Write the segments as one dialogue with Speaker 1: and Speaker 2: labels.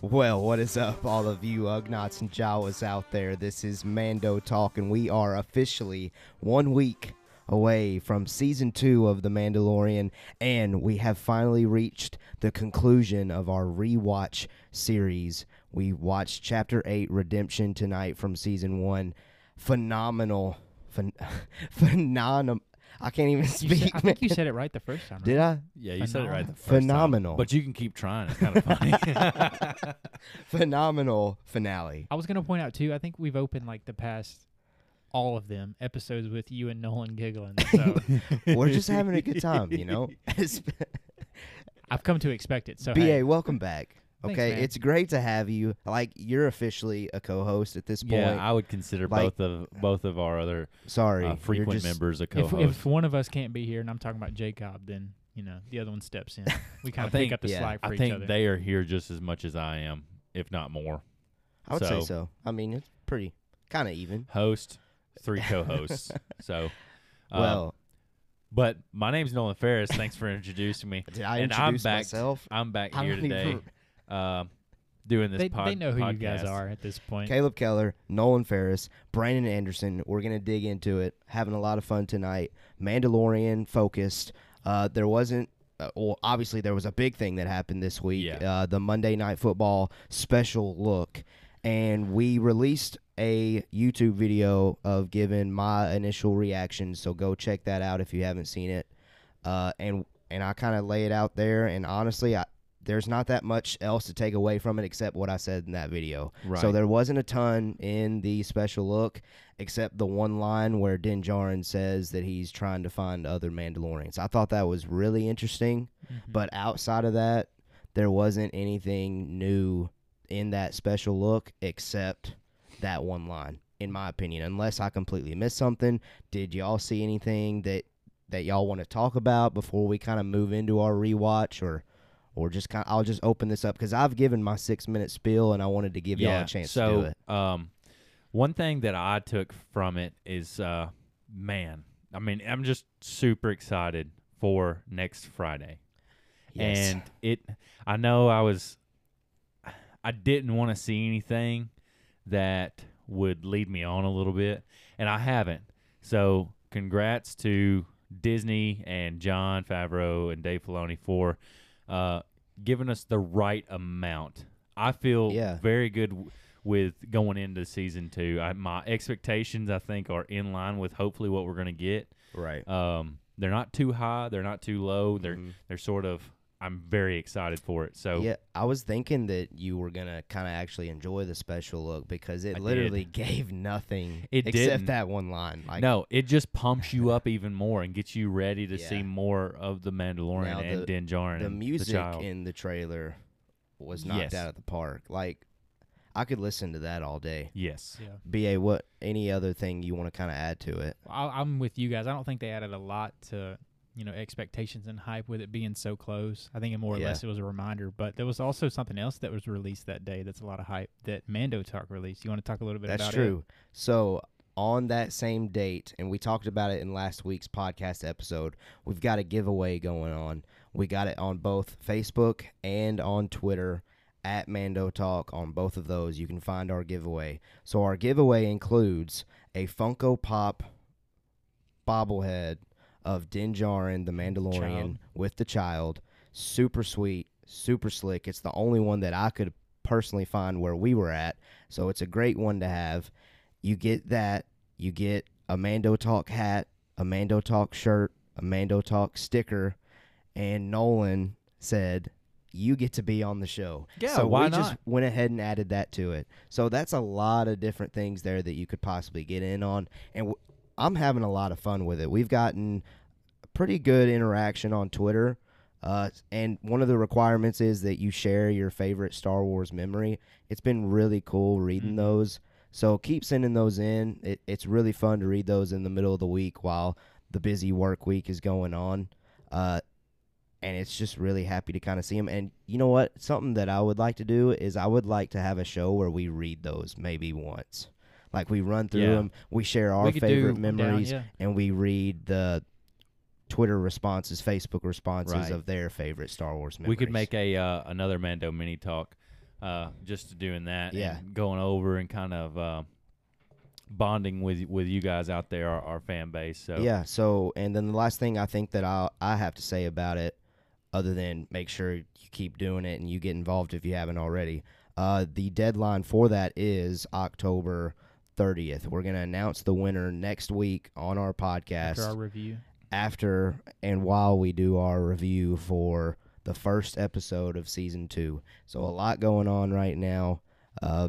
Speaker 1: Well, what is up, all of you Ugnots and Jawas out there? This is Mando Talk, and we are officially one week away from season two of The Mandalorian, and we have finally reached the conclusion of our rewatch series. We watched Chapter 8 Redemption tonight from season one. Phenomenal. Phen- phenomenal. I can't even
Speaker 2: You said-
Speaker 1: speak.
Speaker 2: I think you said it right the first time.
Speaker 1: Did I?
Speaker 3: Yeah, you said it right the first time.
Speaker 1: Phenomenal.
Speaker 3: But you can keep trying. It's kind of funny.
Speaker 1: Phenomenal finale.
Speaker 2: I was gonna point out too. I think we've opened like the past all of them episodes with you and Nolan giggling. So
Speaker 1: We're just having a good time, you know?
Speaker 2: I've come to expect it. So
Speaker 1: BA,
Speaker 2: hey,
Speaker 1: welcome back.
Speaker 2: Thanks,
Speaker 1: okay,
Speaker 2: man.
Speaker 1: it's great to have you. Like you're officially a co-host at this point.
Speaker 3: yeah, I would consider
Speaker 1: Like-
Speaker 3: both of both of our other
Speaker 1: Sorry,
Speaker 3: uh,
Speaker 1: you're
Speaker 3: frequent
Speaker 1: just-
Speaker 3: members a
Speaker 2: if,
Speaker 3: co-host.
Speaker 2: if one of us can't be here, and I'm talking about Jacob, then you know the other one steps in. We kind of pick
Speaker 3: think-
Speaker 2: up the
Speaker 1: yeah,
Speaker 2: slack for
Speaker 3: I
Speaker 2: each
Speaker 3: think
Speaker 2: other.
Speaker 3: they are here just as much as I am, if not more.
Speaker 1: I would say
Speaker 3: so-
Speaker 1: so. I mean, it's pretty kind of even.
Speaker 3: Host, three co-hosts. so, uh,
Speaker 1: well,
Speaker 3: but my name's Nolan Ferris. Thanks for introducing me.
Speaker 1: did I
Speaker 3: and
Speaker 1: introduce
Speaker 3: I'm back-
Speaker 1: myself?
Speaker 3: I'm back
Speaker 1: I
Speaker 3: here
Speaker 1: don't even
Speaker 3: today,
Speaker 1: re-
Speaker 3: um, doing this.
Speaker 2: They-
Speaker 3: pod-
Speaker 2: they know who you guys
Speaker 3: podcast.
Speaker 2: are at this point.
Speaker 1: Caleb Keller, Nolan Ferris, Brandon Anderson. We're gonna dig into it. Having a lot of fun tonight. Mandalorian focused. Uh, there wasn't. Uh, well, obviously, there was a big thing that happened this week.
Speaker 3: Yeah.
Speaker 1: Uh, the Monday Night Football special look, and we released a YouTube video of giving my initial reaction. So go check that out if you haven't seen it. Uh, and and I kind of lay it out there. And honestly, I. There's not that much else to take away from it except what I said in that video.
Speaker 3: Right.
Speaker 1: So there wasn't a ton in the special look, except the one line where Din Djarin says that he's trying to find other Mandalorians. I thought that was really interesting,
Speaker 2: Mhm.
Speaker 1: but outside of that, there wasn't anything new in that special look except that one line, in my opinion. Unless I completely missed something. Did y'all see anything that that y'all want to talk about before we kind of move into our rewatch or? Or just kind I'll just open this up because I've given my six minute spiel and I wanted to give y'all a chance
Speaker 3: so,
Speaker 1: to do it.
Speaker 3: Um, one thing that I took from it is, uh, man, I mean, I'm just super excited for next Friday, and it. I know I was, I didn't want to see anything that would lead me on a little bit, and I haven't. So, congrats to Disney and John Favreau and Dave Filoni for uh, giving us the right amount. I feel
Speaker 1: Yeah.
Speaker 3: very good w- with going into season two. I, my expectations, I think, are in line with hopefully what we're going to get.
Speaker 1: right.
Speaker 3: Um, they're not too high, they're not too low. They're
Speaker 1: Mhm.
Speaker 3: they're sort of. I'm very excited for it. So
Speaker 1: Yeah, I was thinking that you were gonna kind of actually enjoy the special look because it
Speaker 3: I
Speaker 1: literally gave nothing
Speaker 3: It
Speaker 1: except
Speaker 3: didn't.
Speaker 1: that one line. Like
Speaker 3: no, it just pumps you up even more and gets you ready to
Speaker 1: Yeah.
Speaker 3: see more of the Mandalorian
Speaker 1: Now
Speaker 3: and
Speaker 1: the-
Speaker 3: Din Djarin.
Speaker 1: the
Speaker 3: and
Speaker 1: music
Speaker 3: child.
Speaker 1: in the trailer was knocked
Speaker 3: Yes.
Speaker 1: out of the park. Like I could listen to that all day.
Speaker 3: yes,
Speaker 2: yeah,
Speaker 1: Ba, what any other thing you want to kind of add to it?
Speaker 2: I, I'm with you guys. I don't think they added a lot to you know expectations and hype with it being so close. I think it more or
Speaker 1: Yeah.
Speaker 2: less it was a reminder. But there was also something else that was released that day that's a lot of hype that Mando Talk released. You want to talk a little bit
Speaker 1: That's
Speaker 2: about it?
Speaker 1: true. So on that same date, and we talked about it in last week's podcast episode, we've got a giveaway going on. We got it on both Facebook and on Twitter at Mando Talk. On both of those, you can find our giveaway. So our giveaway includes a Funko Pop bobblehead of Din Djarin, the Mandalorian,
Speaker 2: Child.
Speaker 1: with the child. Super sweet, super slick. It's the only one that I could personally find where we were at. So it's a great one to have. You get that. You get a Mando Talk hat, a Mando Talk shirt, a Mando Talk sticker, and Nolan said you get to be on the show.
Speaker 3: Yeah,
Speaker 1: so
Speaker 3: why
Speaker 1: we just
Speaker 3: not?
Speaker 1: went ahead and added that to it. So that's a lot of different things there that you could possibly get in on, and w- I'm having a lot of fun with it. We've gotten pretty good interaction on Twitter. Uh, and one of the requirements is that you share your favorite Star Wars memory. It's been really cool reading
Speaker 3: Mm-hmm.
Speaker 2: Mhm.
Speaker 1: those. So keep sending those in. It, it's really fun to read those in the middle of the week while the busy work week is going on. Uh, and it's just really happy to kind of see them. And you know what? Something that I would like to do is I would like to have a show where we read those maybe once. Like we run through
Speaker 3: Yeah.
Speaker 1: them, we share our
Speaker 3: We could
Speaker 1: favorite
Speaker 3: do-
Speaker 2: I'm down,
Speaker 1: memories,
Speaker 2: yeah.
Speaker 1: and we read the Twitter responses, Facebook responses
Speaker 3: Right.
Speaker 1: of their favorite Star Wars memories.
Speaker 3: we could make a uh, another Mando mini talk uh, just to doing that.
Speaker 1: Yeah.
Speaker 3: and going over and kind of uh, bonding with with you guys out there, our, our fan base. So
Speaker 1: Yeah. So, and then the last thing I think that I I have to say about it, other than make sure you keep doing it and you get involved if you haven't already. Uh, the deadline for that is October 30th. We're gonna announce the winner next week on our podcast
Speaker 2: after our review.
Speaker 1: after and while we do our review for the first episode of season two. So a lot going on right now. Uh,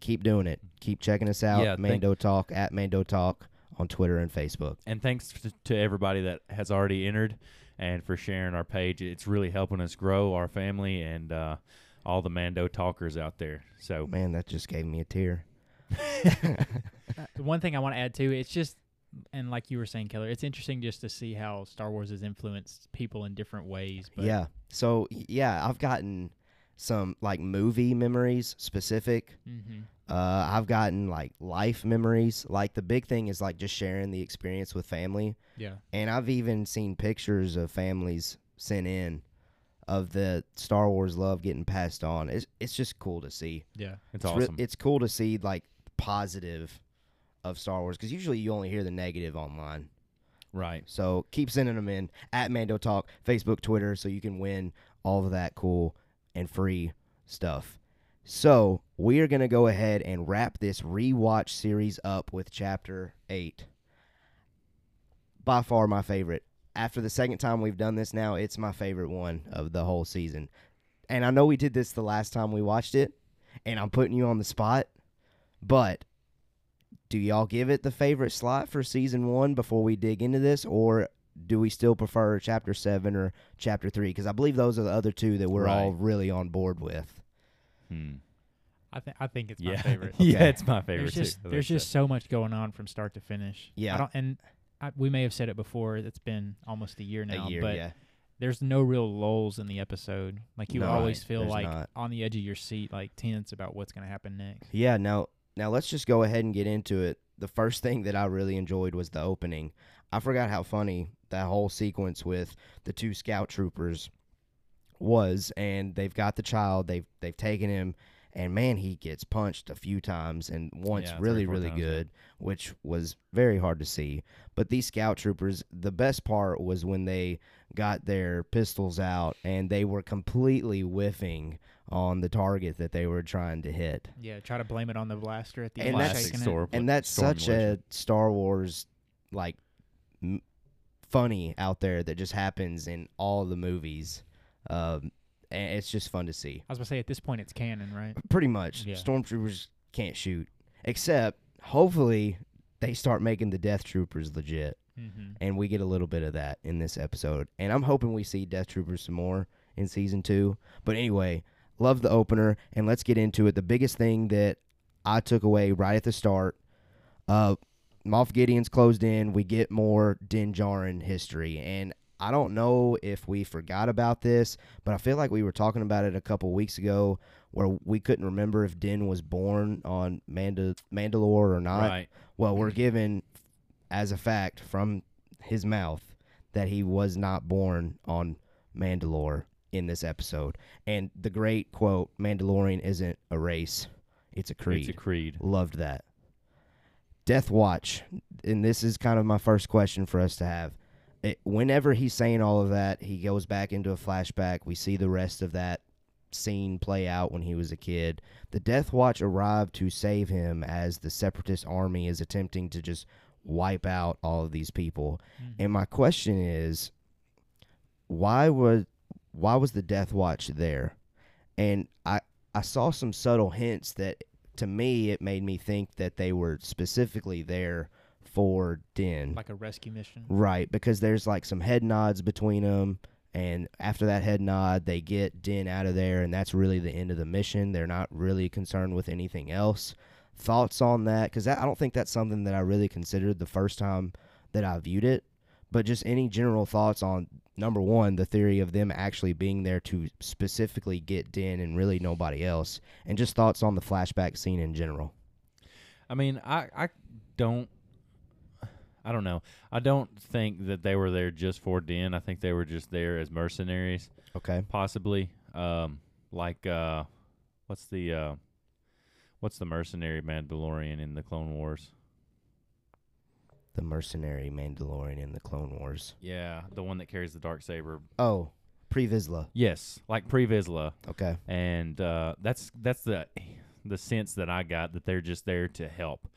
Speaker 1: keep doing it. Keep checking us out.
Speaker 3: Yeah, thank-
Speaker 1: Mando Talk at Mando Talk on Twitter and Facebook.
Speaker 3: and thanks to, to everybody that has already entered and for sharing our page. It's really helping us grow our family and uh, all the Mando talkers out there. So
Speaker 1: Man, that just gave me a tear.
Speaker 2: Uh, The one thing I want to add too, it's just, and like you were saying, Keller, it's interesting just to see how Star Wars has influenced people in different ways. But
Speaker 1: yeah. So y- yeah, I've gotten some like movie memories specific.
Speaker 2: hmm
Speaker 1: Uh, I've gotten like life memories. Like the big thing is like just sharing the experience with family.
Speaker 2: yeah,
Speaker 1: And I've even seen pictures of families sent in of the Star Wars love getting passed on. It's it's just cool to see.
Speaker 2: yeah,
Speaker 3: it's
Speaker 1: re-
Speaker 3: awesome.
Speaker 1: it's cool to see like positive of Star Wars because usually you only hear the negative online.
Speaker 3: right.
Speaker 1: So keep sending them in at Mando Talk, Facebook, Twitter, so you can win all of that cool and free stuff. So we are going to go ahead and wrap this rewatch series up with Chapter 8. By far my favorite. After the second time we've done this now, it's my favorite one of the whole season. And I know we did this the last time we watched it, and I'm putting you on the spot, but do y'all give it the favorite slot for season one before we dig into this, or do we still prefer chapter seven or chapter three? Because I believe those are the other two that we're all
Speaker 3: Right.
Speaker 1: really on board with.
Speaker 3: Hmm.
Speaker 2: I think I think it's
Speaker 3: Yeah.
Speaker 2: my favorite.
Speaker 3: yeah,
Speaker 1: Okay.
Speaker 3: it's my
Speaker 2: There's
Speaker 3: favorite.
Speaker 2: just
Speaker 3: too.
Speaker 2: there's
Speaker 3: So-
Speaker 2: just so much going on from start to finish.
Speaker 1: Yeah.
Speaker 2: I don't, and I, we may have said it before. It's been almost a year now,
Speaker 1: a year,
Speaker 2: but
Speaker 1: yeah,
Speaker 2: there's no real lulls in the episode. Like you
Speaker 1: No,
Speaker 2: always
Speaker 1: right.
Speaker 2: feel
Speaker 1: There's
Speaker 2: like
Speaker 1: not.
Speaker 2: on the edge of your seat, like tense about what's going to happen next.
Speaker 1: yeah. Now, now let's just go ahead and get into it. The first thing that I really enjoyed was the opening. I forgot how funny that whole sequence with the two scout troopers was, and they've got the child. They've they've taken him, and man, he gets punched a few times, and once
Speaker 3: Yeah, three or
Speaker 1: really
Speaker 3: four
Speaker 1: really
Speaker 3: times, yeah.
Speaker 1: good, which was very hard to see. But these scout troopers, the best part was when they got their pistols out and they were completely whiffing on the target that they were trying to hit.
Speaker 2: Yeah, try to blame it on the blaster at the
Speaker 1: And
Speaker 2: end,
Speaker 1: that's-
Speaker 2: shaking it.
Speaker 3: Storm-
Speaker 1: And that's
Speaker 3: Storm
Speaker 1: such
Speaker 3: Glacier.
Speaker 1: a Star Wars like m- funny out there that just happens in all the movies. Um, and it's just fun to see.
Speaker 2: I was gonna say at this point it's canon, right?
Speaker 1: Pretty much,
Speaker 2: Yeah.
Speaker 1: stormtroopers can't shoot, except hopefully they start making the death troopers legit,
Speaker 2: Mm-hmm.
Speaker 1: and we get a little bit of that in this episode. And I'm hoping we see death troopers some more in season two. But anyway, love the opener, and let's get into it. The biggest thing that I took away right at the start. Uh, Moff Gideon's closed in. We get more Din Djarin history, and I don't know if we forgot about this, but I feel like we were talking about it a couple weeks ago, where we couldn't remember if Din was born on Manda- Mandalore or not.
Speaker 3: right.
Speaker 1: Well, we're given as a fact from his mouth that he was not born on Mandalore in this episode, and the great quote: "Mandalorian isn't a race; it's a creed."
Speaker 3: It's a creed.
Speaker 1: Loved that. Death Watch, and this is kind of my first question for us to have. It, whenever he's saying all of that, he goes back into a flashback. We see the rest of that scene play out when he was a kid. The Death Watch arrived to save him as the Separatist army is attempting to just wipe out all of these people. And my question is, why was why was the Death Watch there? And I I saw some subtle hints that to me it made me think that they were specifically there for Din.
Speaker 2: Like a rescue mission.
Speaker 1: Right, because there's like some head nods between them, and after that head nod, they get Din out of there, and that's really the end of the mission. They're not really concerned with anything else. Thoughts on that? Because I don't think that's something that I really considered the first time that I viewed it, but just any general thoughts on number one, the theory of them actually being there to specifically get Din and really nobody else, and just thoughts on the flashback scene in general.
Speaker 3: I mean, I, I don't I don't know. I don't think that they were there just for Din. I think they were just there as mercenaries,
Speaker 1: Okay.
Speaker 3: possibly. Um, like uh, what's the uh, what's the mercenary Mandalorian in the Clone Wars?
Speaker 1: The mercenary Mandalorian in the Clone Wars.
Speaker 3: Yeah, the one that carries the dark saber.
Speaker 1: Oh, Pre Vizsla.
Speaker 3: Yes, like Pre Vizsla,
Speaker 1: Okay.
Speaker 3: and uh, that's that's the the sense that I got that they're just there to help,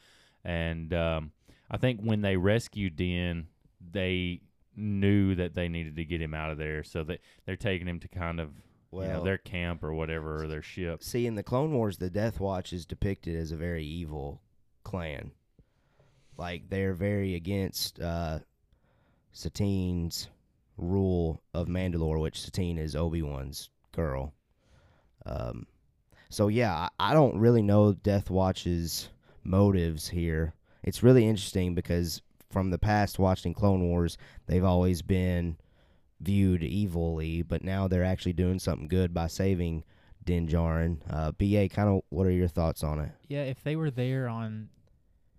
Speaker 3: and um, I think when they rescued Din, they knew that they needed to get him out of there, so that they're taking him to kind of
Speaker 1: Well,
Speaker 3: you know, their camp or whatever or their ship.
Speaker 1: see, in the Clone Wars, the Death Watch is depicted as a very evil clan. Like they're very against uh, Satine's rule of Mandalore, which Satine is Obi Wan's girl. Um, so yeah, I, I don't really know Death Watch's motives here. It's really interesting because from the past, watching Clone Wars, they've always been viewed evilly, but now they're actually doing something good by saving Din Djarin. Uh, Ba, kind of, what are your thoughts on it?
Speaker 2: Yeah, if they were there on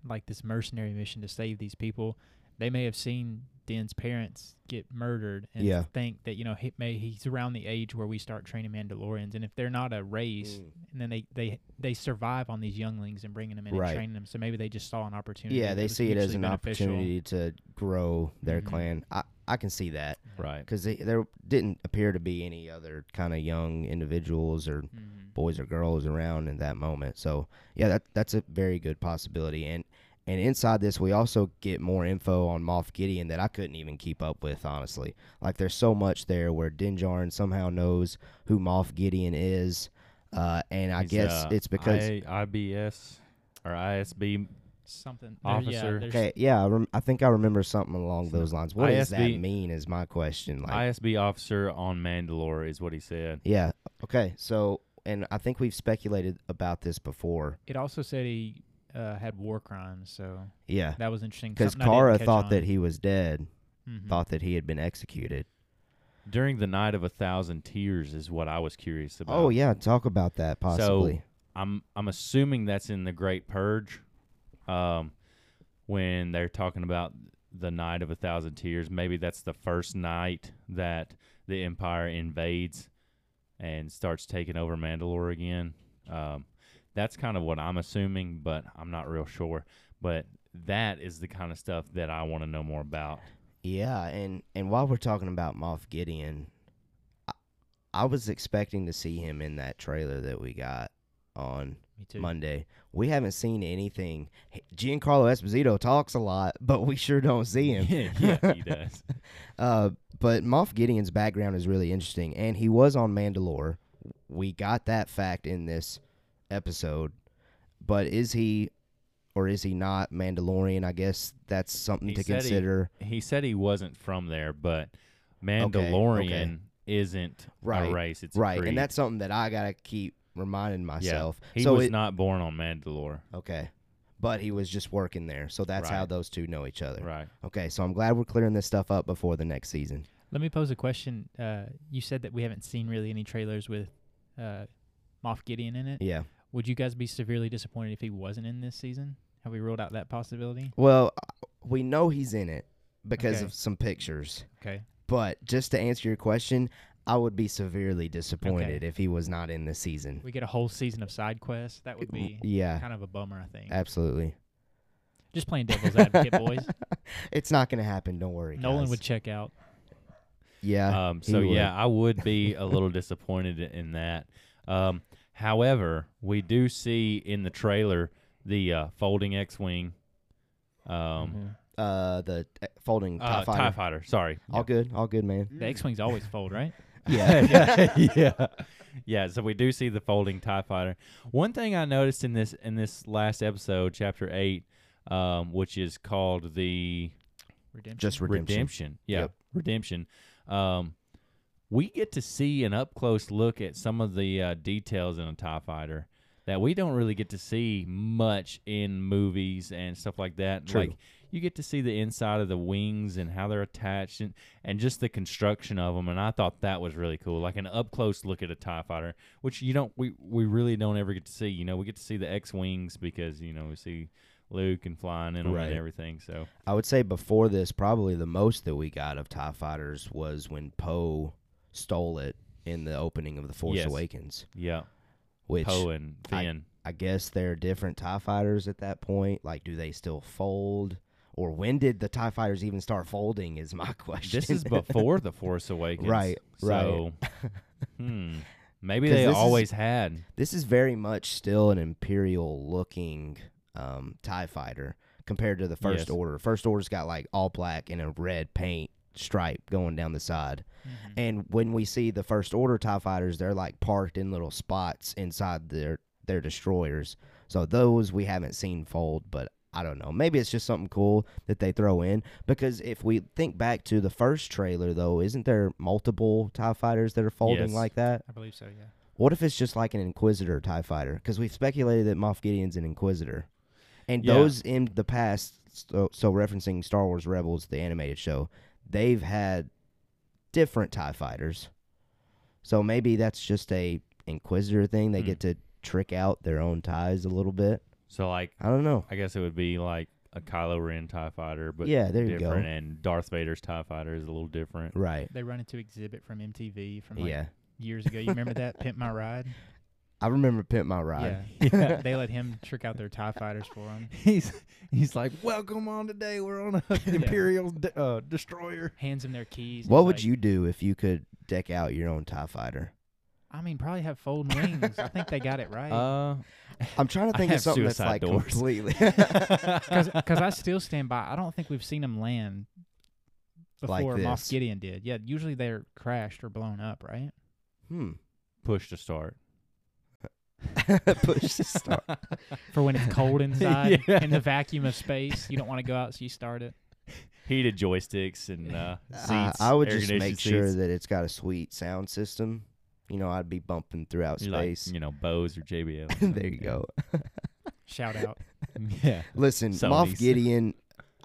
Speaker 2: like this mercenary mission to save these people, they may have seen Din's parents get murdered and
Speaker 1: Yeah.
Speaker 2: think that you know he may he's around the age where we start training Mandalorians, and if they're not a race,
Speaker 1: Mm.
Speaker 2: and then they they they survive on these younglings and bringing them in
Speaker 1: Right.
Speaker 2: and training them, so maybe they just saw an opportunity.
Speaker 1: Yeah,
Speaker 2: that
Speaker 1: they
Speaker 2: was
Speaker 1: see it as
Speaker 2: mutually
Speaker 1: an
Speaker 2: beneficial.
Speaker 1: opportunity to grow their
Speaker 2: Mhm.
Speaker 1: clan. I, I can see that
Speaker 3: Right.
Speaker 1: because there didn't appear to be any other kind of young individuals or
Speaker 2: Mhm.
Speaker 1: boys or girls around in that moment. So yeah, that that's a very good possibility. And and inside this, we also get more info on Moff Gideon that I couldn't even keep up with, honestly. Like there's so much there where Din Djarin somehow knows who Moff Gideon is, uh, and I
Speaker 3: He's,
Speaker 1: guess
Speaker 3: uh,
Speaker 1: it's because
Speaker 3: I- IBS or ISB.
Speaker 2: Something there- yeah,
Speaker 3: Officer.
Speaker 2: there's-
Speaker 1: okay, yeah, I, rem- I think I remember something along
Speaker 3: Isn't it
Speaker 1: those lines. What does that
Speaker 3: ISB?
Speaker 1: mean? Is my question like?
Speaker 3: ISB officer on Mandalore is what he said.
Speaker 1: yeah, okay, so. And I think we've speculated about this before.
Speaker 2: It also said he uh, had war crimes, so
Speaker 1: Yeah.
Speaker 2: that was interesting.
Speaker 1: Because
Speaker 2: something I didn't
Speaker 1: Kara
Speaker 2: catch
Speaker 1: thought
Speaker 2: on.
Speaker 1: that he was dead.
Speaker 2: Mhm.
Speaker 1: thought that he had been executed.
Speaker 3: During the night of a thousand tears is what I was curious about.
Speaker 1: Oh yeah, talk about that possibly.
Speaker 3: I'm I'm assuming that's in the Great Purge, um, when they're talking about the night of a thousand tears. Maybe that's the first night that the Empire invades and starts taking over Mandalore again. Um, that's kind of what I'm assuming, but I'm not real sure. But that is the kind of stuff that I want to know more about.
Speaker 1: yeah, and and while we're talking about Moff Gideon, I, I was expecting to see him in that trailer that we got on
Speaker 2: Me too.
Speaker 1: Monday. We haven't seen anything. H- Giancarlo Esposito talks a lot, but we sure don't see him.
Speaker 3: yeah, yeah, he does.
Speaker 1: Uh, but Moff Gideon's background is really interesting, and he was on Mandalore. We got that fact in this episode. But is he or is he not Mandalorian? I guess that's something
Speaker 3: He
Speaker 1: to
Speaker 3: said he-
Speaker 1: consider.
Speaker 3: He said he wasn't from there, but Mandalorian isn't
Speaker 1: Right,
Speaker 3: a race. It's a
Speaker 1: right,
Speaker 3: creed.
Speaker 1: and that's something that I gotta keep reminding myself.
Speaker 3: He
Speaker 1: so
Speaker 3: was
Speaker 1: it- Oh,
Speaker 3: not born on Mandalore.
Speaker 1: okay, but he was just working there, so that's how
Speaker 3: Right.
Speaker 1: those two know each other.
Speaker 3: Right.
Speaker 1: Okay, so I'm glad we're clearing this stuff up before the next season.
Speaker 2: Let me pose a question. Uh, you said that we haven't seen really any trailers with uh, Moff Gideon in it.
Speaker 1: Yeah.
Speaker 2: Would you guys be severely disappointed if he wasn't in this season? Have we ruled out that possibility?
Speaker 1: Well, uh, we know he's in it because
Speaker 2: Okay.
Speaker 1: of some pictures.
Speaker 2: Okay.
Speaker 1: But just to answer your question, I would be severely disappointed if he was not in this season. Mm,
Speaker 2: We get a whole season of side quests. That would be
Speaker 1: Yeah,
Speaker 2: kind of a bummer, I think.
Speaker 1: absolutely.
Speaker 2: Just playing devil's advocate, boys.
Speaker 1: It's not going to happen. Don't worry.
Speaker 2: Nolan
Speaker 1: guys.
Speaker 2: would check out.
Speaker 1: Yeah.
Speaker 3: Um,
Speaker 1: Uh, he
Speaker 3: so
Speaker 1: would.
Speaker 3: yeah, I would be a little disappointed in that. Um, however, we do see in the trailer the uh, folding X-wing, um,
Speaker 2: Mhm.
Speaker 1: Uh, the uh, folding
Speaker 3: uh,
Speaker 1: tie fighter. Oh,
Speaker 3: Sorry.
Speaker 1: All good. All good, man.
Speaker 2: The X Wings always fold, right?
Speaker 3: yeah, yeah, yeah. So we do see the folding Tie Fighter. One thing I noticed in this in this last episode, Chapter Eight, um, which is called the
Speaker 2: Redemption.
Speaker 1: Just redemption.
Speaker 3: redemption. Yeah,
Speaker 1: Yep.
Speaker 3: redemption. Um, we get to see an up close look at some of the uh, details in a Tie Fighter that we don't really get to see much in movies and stuff like that.
Speaker 1: True.
Speaker 3: Like you get to see the inside of the wings and how they're attached and, and just the construction of them. And I thought that was really cool, like an up close look at a Tie Fighter, which you don't we we really don't ever get to see. You know, we get to see the X wings because you know we see. Luke and flying in 'em
Speaker 1: Right.
Speaker 3: and everything. So
Speaker 1: I would say before this, probably the most that we got of tie fighters was when Poe stole it in the opening of the Force
Speaker 3: Yes.
Speaker 1: Awakens.
Speaker 3: yeah,
Speaker 1: Which
Speaker 3: Poe and
Speaker 1: I-
Speaker 3: Finn.
Speaker 1: I guess they're different TIE fighters at that point. Like, do they still fold? Or when did the TIE fighters even start folding? Is my question.
Speaker 3: this is before the Force Awakens,
Speaker 1: Right, right.
Speaker 3: So, hmm, maybe
Speaker 1: 'Cause
Speaker 3: they
Speaker 1: this is-
Speaker 3: always had.
Speaker 1: This is very much still an imperial looking um, Tie Fighter compared to the First
Speaker 3: Yes.
Speaker 1: Order. First Order's got like all black and a red paint stripe going down the side.
Speaker 3: Mm-hmm.
Speaker 1: And when we see the First Order Tie Fighters, they're like parked in little spots inside their their destroyers. So those we haven't seen fold, but I don't know. Maybe it's just something cool that they throw in because if we think back to the first trailer, though, isn't there multiple Tie Fighters that are folding
Speaker 3: Yes.
Speaker 1: like that?
Speaker 4: I believe so. Yeah.
Speaker 1: What if it's just like an Inquisitor Tie Fighter? Because we've speculated that Moff Gideon's an Inquisitor, and
Speaker 3: Yeah.
Speaker 1: those in the past, so, so referencing Star Wars Rebels, the animated show, they've had different Tie Fighters. So maybe that's just a Inquisitor thing. They
Speaker 3: Hmm.
Speaker 1: get to trick out their own ties a little bit.
Speaker 3: So like,
Speaker 1: I don't know.
Speaker 3: I guess it would be like a Kylo Ren Tie Fighter, but
Speaker 1: yeah, there you go.
Speaker 3: different, and Darth Vader's Tie Fighter is a little different.
Speaker 1: Right.
Speaker 2: They run into Exhibit from MTV from like
Speaker 1: yeah.
Speaker 2: years ago. You remember that Pimp My Ride?
Speaker 1: I remember Pimp My Ride.
Speaker 2: Yeah. they let him trick out their Tie Fighters for him.
Speaker 3: He's he's like, welcome on today. We're on a Imperial de- uh, destroyer.
Speaker 2: Hands him their keys. and
Speaker 1: What
Speaker 2: he's
Speaker 1: would
Speaker 2: like,
Speaker 1: you do if you could deck out your own Tie Fighter?
Speaker 2: I mean, probably have folding wings. I think they got it right.
Speaker 3: Uh,
Speaker 1: I'm trying to
Speaker 3: I
Speaker 1: think of
Speaker 3: have
Speaker 1: something that's like
Speaker 3: suicide doors.
Speaker 1: completely.
Speaker 2: Because I still stand by. I don't think we've seen them land
Speaker 1: Like
Speaker 2: before Moff
Speaker 1: this.
Speaker 2: Gideon did. Yeah, usually they're crashed or blown up, right?
Speaker 1: hmm.
Speaker 3: push to start.
Speaker 1: push to start.
Speaker 2: For when it's cold inside
Speaker 3: Yeah.
Speaker 2: in the vacuum of space, you don't want to go out, so you start it.
Speaker 3: Heated joysticks and uh, seats.
Speaker 1: Uh, I would
Speaker 3: air
Speaker 1: just
Speaker 3: conditioned
Speaker 1: make sure
Speaker 3: seats.
Speaker 1: that it's got a sweet sound system. You know, I'd be bumping throughout
Speaker 3: You like,
Speaker 1: space.
Speaker 3: you know, Bose or JBL. or
Speaker 1: there you
Speaker 3: something.
Speaker 1: go.
Speaker 2: Shout out.
Speaker 3: Yeah.
Speaker 1: Listen, Moff
Speaker 3: Sony's.
Speaker 1: Gideon,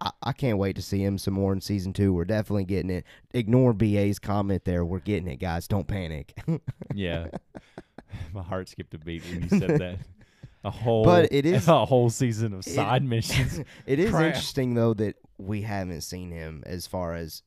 Speaker 1: I, I can't wait to see him some more in season two. We're definitely getting it. Ignore BA's comment there. We're getting it, guys. Don't panic.
Speaker 3: Yeah. My heart skipped a beat when you said that. A whole
Speaker 1: it is-
Speaker 3: a whole season of
Speaker 1: it-
Speaker 3: side missions.
Speaker 1: It is
Speaker 3: Crap.
Speaker 1: interesting though that we haven't seen him as far as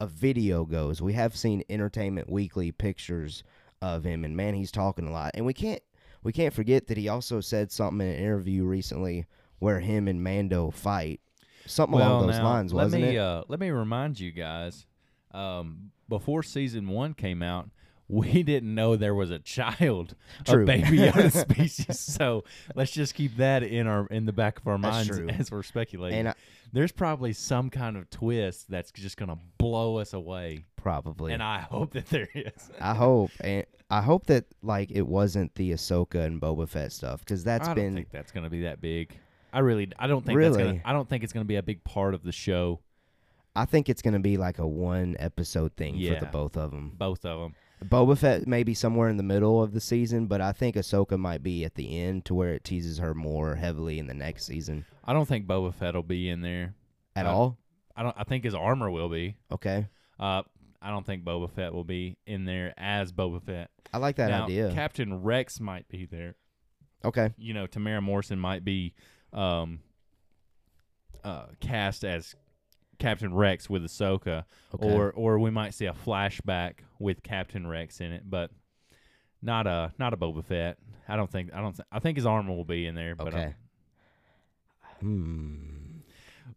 Speaker 1: a video goes. We have seen Entertainment Weekly pictures of him, and man, he's talking a lot. And we can't we can't forget that he also said something in an interview recently where him and Mando fight, something along those
Speaker 3: now,
Speaker 1: lines,
Speaker 3: let
Speaker 1: wasn't
Speaker 3: me
Speaker 1: it?
Speaker 3: Uh, let me remind you guys. Um, before season one came out, we didn't know there was a child,
Speaker 1: True.
Speaker 3: a baby Yoda species. So let's just keep that in our in the back of our
Speaker 1: That's
Speaker 3: minds
Speaker 1: true.
Speaker 3: as we're speculating.
Speaker 1: and I,
Speaker 3: There's probably some kind of twist that's just gonna blow us away,
Speaker 1: probably,
Speaker 3: and I hope that there is.
Speaker 1: I hope and. I hope that like it wasn't the Ahsoka and Boba Fett stuff because that's
Speaker 3: I don't
Speaker 1: been
Speaker 3: think that's gonna be that big. I really, I don't think that's
Speaker 1: Really?
Speaker 3: gonna, I don't think it's gonna be a big part of the show.
Speaker 1: I think it's gonna be like a one episode thing for the
Speaker 3: Yeah.
Speaker 1: both of them.
Speaker 3: Both of them.
Speaker 1: Boba Fett may be somewhere in the middle of the season, but I think Ahsoka might be at the end to where it teases her more heavily in the next season
Speaker 3: I don't think Boba Fett will be in there
Speaker 1: at
Speaker 3: Uh,
Speaker 1: all.
Speaker 3: I don't. I think his armor will be.
Speaker 1: Okay,
Speaker 3: Uh, I don't think Boba Fett will be in there as Boba Fett.
Speaker 1: I like that
Speaker 3: Now,
Speaker 1: idea.
Speaker 3: Captain Rex might be there.
Speaker 1: okay,
Speaker 3: You know, Tamara Morrison might be um, uh, cast as Captain Rex with Ahsoka,
Speaker 1: okay.
Speaker 3: or or we might see a flashback with Captain Rex in it, but not a not a Boba Fett. I don't think. I don't. Th- I think his armor will be in there. But uh,
Speaker 1: okay. Hmm.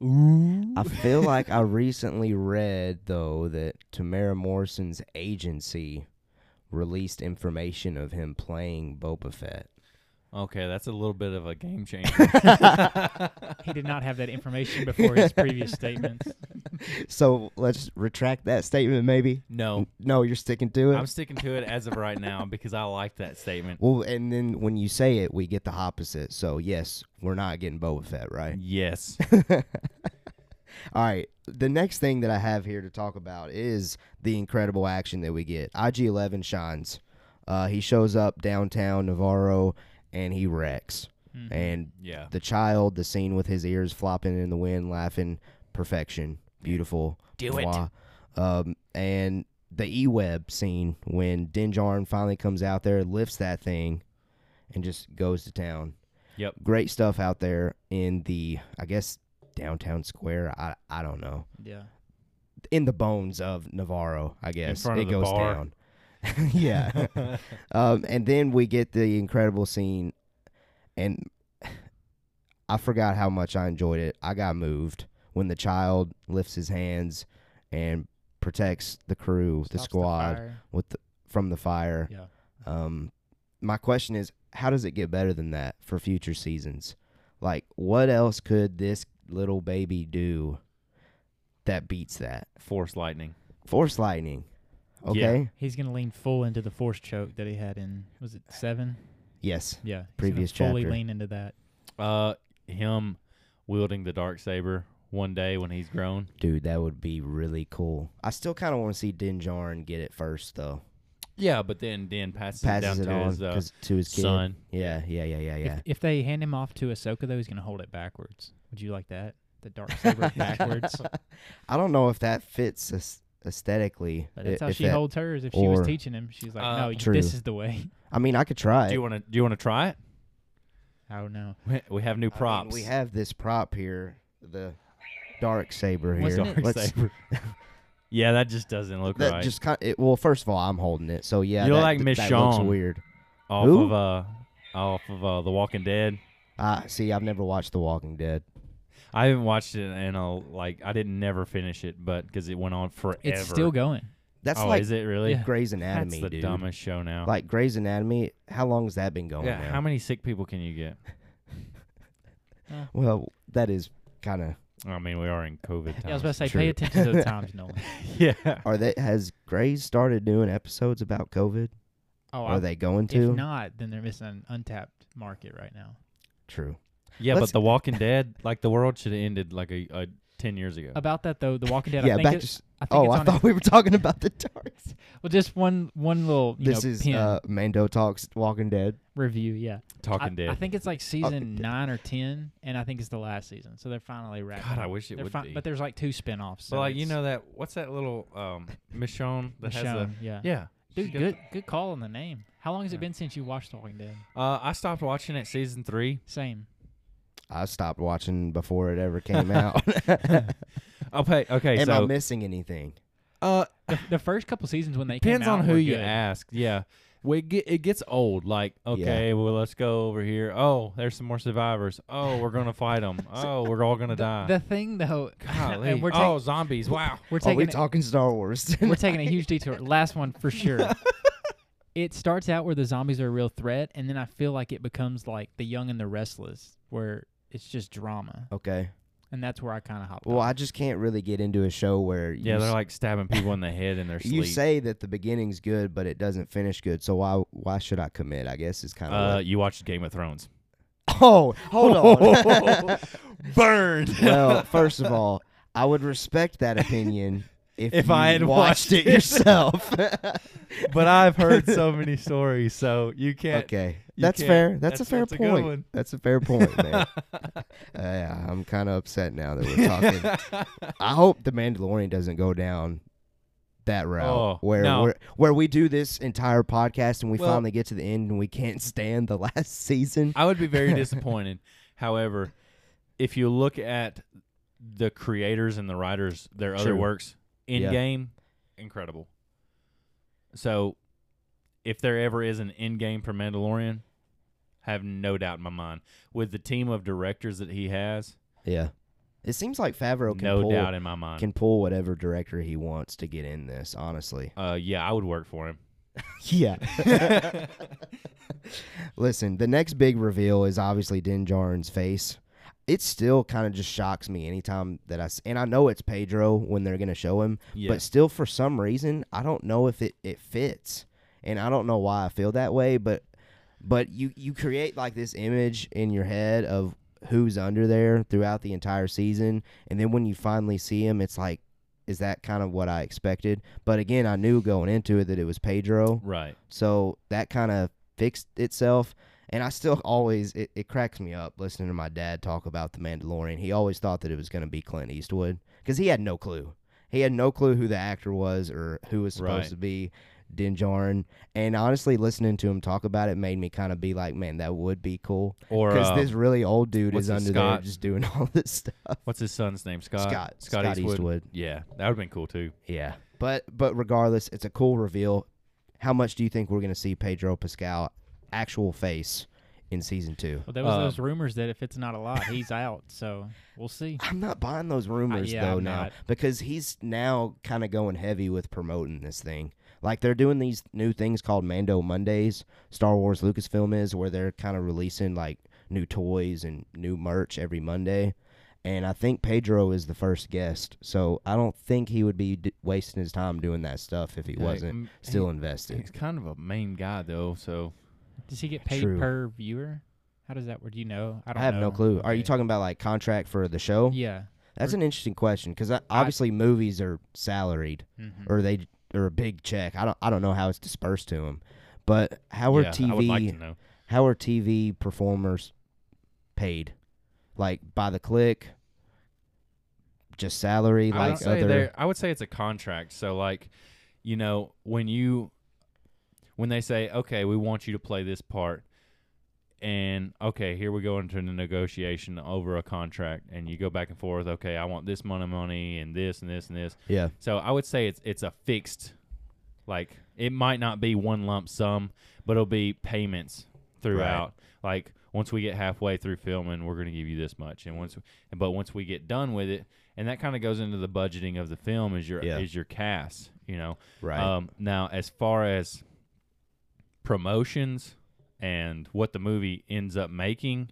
Speaker 3: I, ooh,
Speaker 1: I feel like I recently read though that Tamara Morrison's agency released information of him playing Boba Fett.
Speaker 3: okay, that's a little bit of a game changer.
Speaker 2: He did not have that information before his previous statements.
Speaker 1: So let's retract that statement, maybe.
Speaker 3: no,
Speaker 1: No, you're sticking to it.
Speaker 3: Oh. I'm sticking to it as of right now because I like that statement.
Speaker 1: Well, and then when you say it, we get the opposite. So yes, we're not getting Boba Fett,
Speaker 3: Mm.
Speaker 1: right?
Speaker 3: Yes.
Speaker 1: All right. The next thing that I have here to talk about is the incredible action that we get. IG Eleven shines. Uh, he shows up downtown Navarro, and he wrecks.
Speaker 2: Mhm.
Speaker 1: And
Speaker 3: Yeah.
Speaker 1: the child, the scene with his ears flopping in the wind, laughing, perfection, beautiful.
Speaker 2: Do it.
Speaker 1: it. Um, and the E Web scene when Dinjarin finally comes out there, lifts that thing, and just goes to town.
Speaker 3: Yep.
Speaker 1: Great stuff out there in the, I guess, downtown square. I, I don't know.
Speaker 2: Yeah.
Speaker 1: In the bones of Navarro, I guess.
Speaker 3: front
Speaker 1: it
Speaker 3: of the
Speaker 1: goes
Speaker 3: bar.
Speaker 1: down. yeah. um, and then we get the incredible scene, and I forgot how much I enjoyed it. I got moved when the child lifts his hands and protects the crew, the
Speaker 2: Stops
Speaker 1: squad
Speaker 2: fire.
Speaker 1: with the, from the fire.
Speaker 2: yeah.
Speaker 1: Um, my question is, how does it get better than that for future seasons? Like, what else could this little baby do that beats that?
Speaker 3: Force lightning.
Speaker 1: Force lightning.
Speaker 3: Yeah.
Speaker 1: Okay.
Speaker 2: He's gonna lean full into the force choke that he had in was it seven?
Speaker 1: Yes.
Speaker 2: Yeah. he's gonna
Speaker 1: Previous
Speaker 2: fully
Speaker 1: chapter.
Speaker 2: lean into that.
Speaker 3: Uh, him wielding the dark saber one day when he's grown.
Speaker 1: Dude, that would be really cool. I still kind of want to see Din Djarin get it first, though.
Speaker 3: Yeah, but then then passes,
Speaker 1: Passes
Speaker 3: it
Speaker 1: it
Speaker 3: down to
Speaker 1: on
Speaker 3: his uh,
Speaker 1: 'cause- to his kid.
Speaker 3: son.
Speaker 1: Yeah, yeah, yeah, yeah, yeah.
Speaker 2: If, if they hand him off to Ahsoka though, he's gonna hold it backwards. Would you like that? The dark saber backwards.
Speaker 1: I don't know if that fits as- aesthetically.
Speaker 2: But that's
Speaker 1: i-
Speaker 2: how
Speaker 1: if
Speaker 2: she
Speaker 1: that-
Speaker 2: holds hers. If she
Speaker 1: or-
Speaker 2: was teaching him, she's like,
Speaker 3: Uh,
Speaker 2: "No, you-
Speaker 1: True.
Speaker 2: this is the way."
Speaker 1: I mean, I could try.
Speaker 3: Do
Speaker 1: it.
Speaker 3: you want to do you want to try it?
Speaker 2: I don't know.
Speaker 3: We- We have new
Speaker 1: I mean,
Speaker 3: props.
Speaker 1: we have this prop here, the dark saber here.
Speaker 2: Wasn't it-
Speaker 3: dark
Speaker 1: Let's-
Speaker 3: saber. yeah, that just doesn't look
Speaker 1: That
Speaker 3: right.
Speaker 1: just kind it, well, first of all, I'm holding it, so yeah,
Speaker 3: You're
Speaker 1: that,
Speaker 3: like
Speaker 1: th-
Speaker 3: Miss
Speaker 1: that looks
Speaker 3: Shawn.
Speaker 1: weird.
Speaker 3: off
Speaker 1: Who?
Speaker 3: of uh off of uh The Walking Dead.
Speaker 1: Ah, see, I've never watched The Walking Dead.
Speaker 3: I haven't watched it in a like I didn't never finish it, but because it went on forever.
Speaker 2: It's still going.
Speaker 1: That's
Speaker 3: oh,
Speaker 1: like
Speaker 3: is it really?
Speaker 2: Yeah.
Speaker 1: Grey's
Speaker 3: That's
Speaker 1: Anatomy,
Speaker 3: the
Speaker 1: dude.
Speaker 3: dumbest show now. Oh,
Speaker 1: Like Grey's Anatomy, how long has that been going?
Speaker 3: yeah,
Speaker 1: now?
Speaker 3: how many sick people can you get?
Speaker 1: Well, that is kind of.
Speaker 3: I mean, we are in COVID
Speaker 2: Yeah, I was
Speaker 3: times.
Speaker 2: about to say,
Speaker 1: True.
Speaker 2: pay attention to the times, Nolan.
Speaker 3: yeah.
Speaker 1: Are they has Grey's started doing episodes about COVID?
Speaker 2: Oh,
Speaker 1: Are
Speaker 2: I,
Speaker 1: they going to?
Speaker 2: if not, then they're missing an untapped market right now.
Speaker 1: True.
Speaker 3: Yeah,
Speaker 1: Let's-
Speaker 3: but The Walking Dead, like the world should have ended like a, a ten years
Speaker 1: Uh,
Speaker 3: ago.
Speaker 2: About that though, The Walking Dead.
Speaker 1: yeah,
Speaker 2: I think
Speaker 1: back
Speaker 2: it-
Speaker 1: to. s-
Speaker 2: I think
Speaker 1: Oh,
Speaker 2: it's
Speaker 1: I
Speaker 2: on
Speaker 1: thought we were talking about the dark.
Speaker 2: well, just one one little you
Speaker 1: This
Speaker 2: know,
Speaker 1: is
Speaker 2: pin
Speaker 1: uh, Mando talks Walking Dead.
Speaker 2: review. Yeah,
Speaker 3: Talking
Speaker 2: I,
Speaker 3: Dead.
Speaker 2: I think it's like season
Speaker 1: Dead.
Speaker 2: nine or ten, and I think it's the last season. So they're finally wrapping.
Speaker 3: God, I
Speaker 2: up.
Speaker 3: wish it
Speaker 2: They're
Speaker 3: would
Speaker 2: fin-
Speaker 3: be.
Speaker 2: But there's like two spinoffs. So
Speaker 3: but like you
Speaker 2: it's
Speaker 3: know that what's that little um Michonne that has a
Speaker 2: shown, yeah,
Speaker 3: yeah.
Speaker 2: Dude,
Speaker 3: she's got
Speaker 2: good good call on the name. How long has
Speaker 3: Yeah.
Speaker 2: it been since you watched The Walking Dead?
Speaker 3: the- uh, I stopped watching at season three.
Speaker 2: Same.
Speaker 1: I stopped watching before it ever came out.
Speaker 3: Okay, okay.
Speaker 1: Am
Speaker 3: so
Speaker 1: I missing anything?
Speaker 3: uh,
Speaker 2: The, the first couple seasons when they came
Speaker 3: depends
Speaker 2: out
Speaker 3: on who
Speaker 2: were
Speaker 3: you
Speaker 2: good.
Speaker 3: ask. Yeah, we get, it gets old. Like, okay, well, let's go over here. Oh, there's some more survivors. Oh, we're gonna fight them. Oh, we're all gonna die.
Speaker 2: The thing though,
Speaker 3: Golly.
Speaker 2: and we're, ta-
Speaker 3: oh, zombies! Wow.
Speaker 2: we're
Speaker 1: Are
Speaker 2: taking
Speaker 1: we
Speaker 2: it-
Speaker 1: talking Star Wars?
Speaker 2: We're taking a huge detour. Last one for sure. it starts out where the zombies are a real threat, and then I feel like it becomes like The Young and the Restless, where it's just drama,
Speaker 1: okay.
Speaker 2: and that's where I kind of hopped.
Speaker 1: Well,
Speaker 2: off.
Speaker 1: I just can't really get into a show where you
Speaker 3: Yeah,
Speaker 1: s-
Speaker 3: they're like stabbing people in the head in their sleep.
Speaker 1: you say that the beginning's good, but it doesn't finish good. So why why should I commit? I guess is kind of.
Speaker 3: uh, you watched Game of Thrones.
Speaker 2: Uh,
Speaker 1: oh, hold on.
Speaker 3: Burn.
Speaker 1: well, first of all, I would respect that opinion if,
Speaker 3: If I
Speaker 1: you
Speaker 3: had
Speaker 1: watched
Speaker 3: watched
Speaker 1: it
Speaker 3: it.
Speaker 1: yourself.
Speaker 3: but I've heard so many stories, so you can't.
Speaker 1: okay,
Speaker 3: You
Speaker 1: that's
Speaker 3: can't-
Speaker 1: fair. That's, a
Speaker 3: that's-
Speaker 1: fair
Speaker 3: that's a good
Speaker 1: point.
Speaker 3: one.
Speaker 1: That's a fair point, man. uh, yeah, I'm kind of upset now that we're talking. I hope the Mandalorian doesn't go down that route
Speaker 3: Oh,
Speaker 1: where
Speaker 3: no.
Speaker 1: we're, where we do this entire podcast and we
Speaker 3: Well-
Speaker 1: finally get to the end and we can't stand the last season.
Speaker 3: I would be very disappointed. However, if you look at the creators and the writers, their other
Speaker 1: True.
Speaker 3: works in
Speaker 1: Yeah.
Speaker 3: game, incredible. So, if there ever is an in game for Mandalorian, I have no doubt in my mind with the team of directors that he has,
Speaker 1: yeah, it seems like Favreau can
Speaker 3: no
Speaker 1: pull
Speaker 3: doubt in my mind.
Speaker 1: can pull whatever director he wants to get in this. Honestly,
Speaker 3: uh, yeah, I would work for him.
Speaker 1: yeah. Listen, the next big reveal is obviously Din Djarin's face. It still kind of just shocks me anytime that I s- and I know it's Pedro when they're gonna show him,
Speaker 3: Yeah.
Speaker 1: but still for some reason I don't know if it it fits, and I don't know why I feel that way, but but you you create like this image in your head of who's under there throughout the entire season, and then when you finally see him, it's like. Is that kind of what I expected? But again, I knew going into it that it was Pedro.
Speaker 3: right.
Speaker 1: So that kind of fixed itself. And I still always, it, it cracks me up listening to my dad talk about The Mandalorian. He always thought that it was going to be Clint Eastwood because he had no clue. He had no clue who the actor was or who was supposed
Speaker 3: Right.
Speaker 1: to be Din Djarin. And honestly, listening to him talk about it made me kind of be like, man, that would be cool.
Speaker 3: Or
Speaker 1: Because
Speaker 3: uh,
Speaker 1: this really old dude
Speaker 3: what's
Speaker 1: is
Speaker 3: it,
Speaker 1: under there
Speaker 3: Scott?
Speaker 1: just doing all this stuff.
Speaker 3: what's his son's name? Scott.
Speaker 1: Scott.
Speaker 3: Scott,
Speaker 1: Scott
Speaker 3: Eastwood.
Speaker 1: Eastwood.
Speaker 3: Yeah, that would have been cool too.
Speaker 1: Yeah. But but regardless, it's a cool reveal. How much do you think we're going to see Pedro Pascal actual face in season two?
Speaker 2: Well, there was
Speaker 3: Um,
Speaker 1: uh,
Speaker 2: those rumors that if it's not a lot, he's out. So we'll see.
Speaker 1: I'm not buying those rumors
Speaker 2: yeah,
Speaker 1: though
Speaker 2: I'm
Speaker 1: now
Speaker 2: not.
Speaker 1: because he's now kind of going heavy with promoting this thing. Like they're doing these new things called Mando Mondays. Star Wars Lucasfilm is where they're kind of releasing like new toys and new merch every Monday. And I think Pedro is the first guest, so I don't think he would be d- wasting his time doing that stuff if he wasn't still invested.
Speaker 3: He's kind of a main guy though, so
Speaker 2: Does he get paid
Speaker 1: True.
Speaker 2: per viewer? How does that work? Do you know? I
Speaker 1: I,
Speaker 2: don't.
Speaker 1: have no
Speaker 2: know.
Speaker 1: clue. Are you
Speaker 2: Okay.
Speaker 1: talking about like contract for the show?
Speaker 2: Yeah.
Speaker 1: That's an interesting question because obviously movies are salaried.
Speaker 2: Mhm.
Speaker 1: or they or a big check. I don't I don't know how it's dispersed to them, but how are
Speaker 3: yeah, I would
Speaker 1: TV
Speaker 3: like to know.
Speaker 1: how are TV performers paid? Like by the click, just salary,
Speaker 3: I would
Speaker 1: like
Speaker 3: say
Speaker 1: other.
Speaker 3: there- I would say it's a contract. So like, you know, when you when they say, okay, we want you to play this part, and okay, here we go into the negotiation over a contract, and you go back and forth. Okay, I want this amount of money and this and this and this.
Speaker 1: Yeah,
Speaker 3: So I would say it's it's a fixed, like it might not be one lump sum, but it'll be payments throughout. Like once we get halfway through filming, we're going to give you this much, and once but once we get done with it, and that kind of goes into the budgeting of the film is your
Speaker 1: Yeah.
Speaker 3: is your cast, you know.
Speaker 1: right.
Speaker 3: Um, now as far as promotions and what the movie ends up making,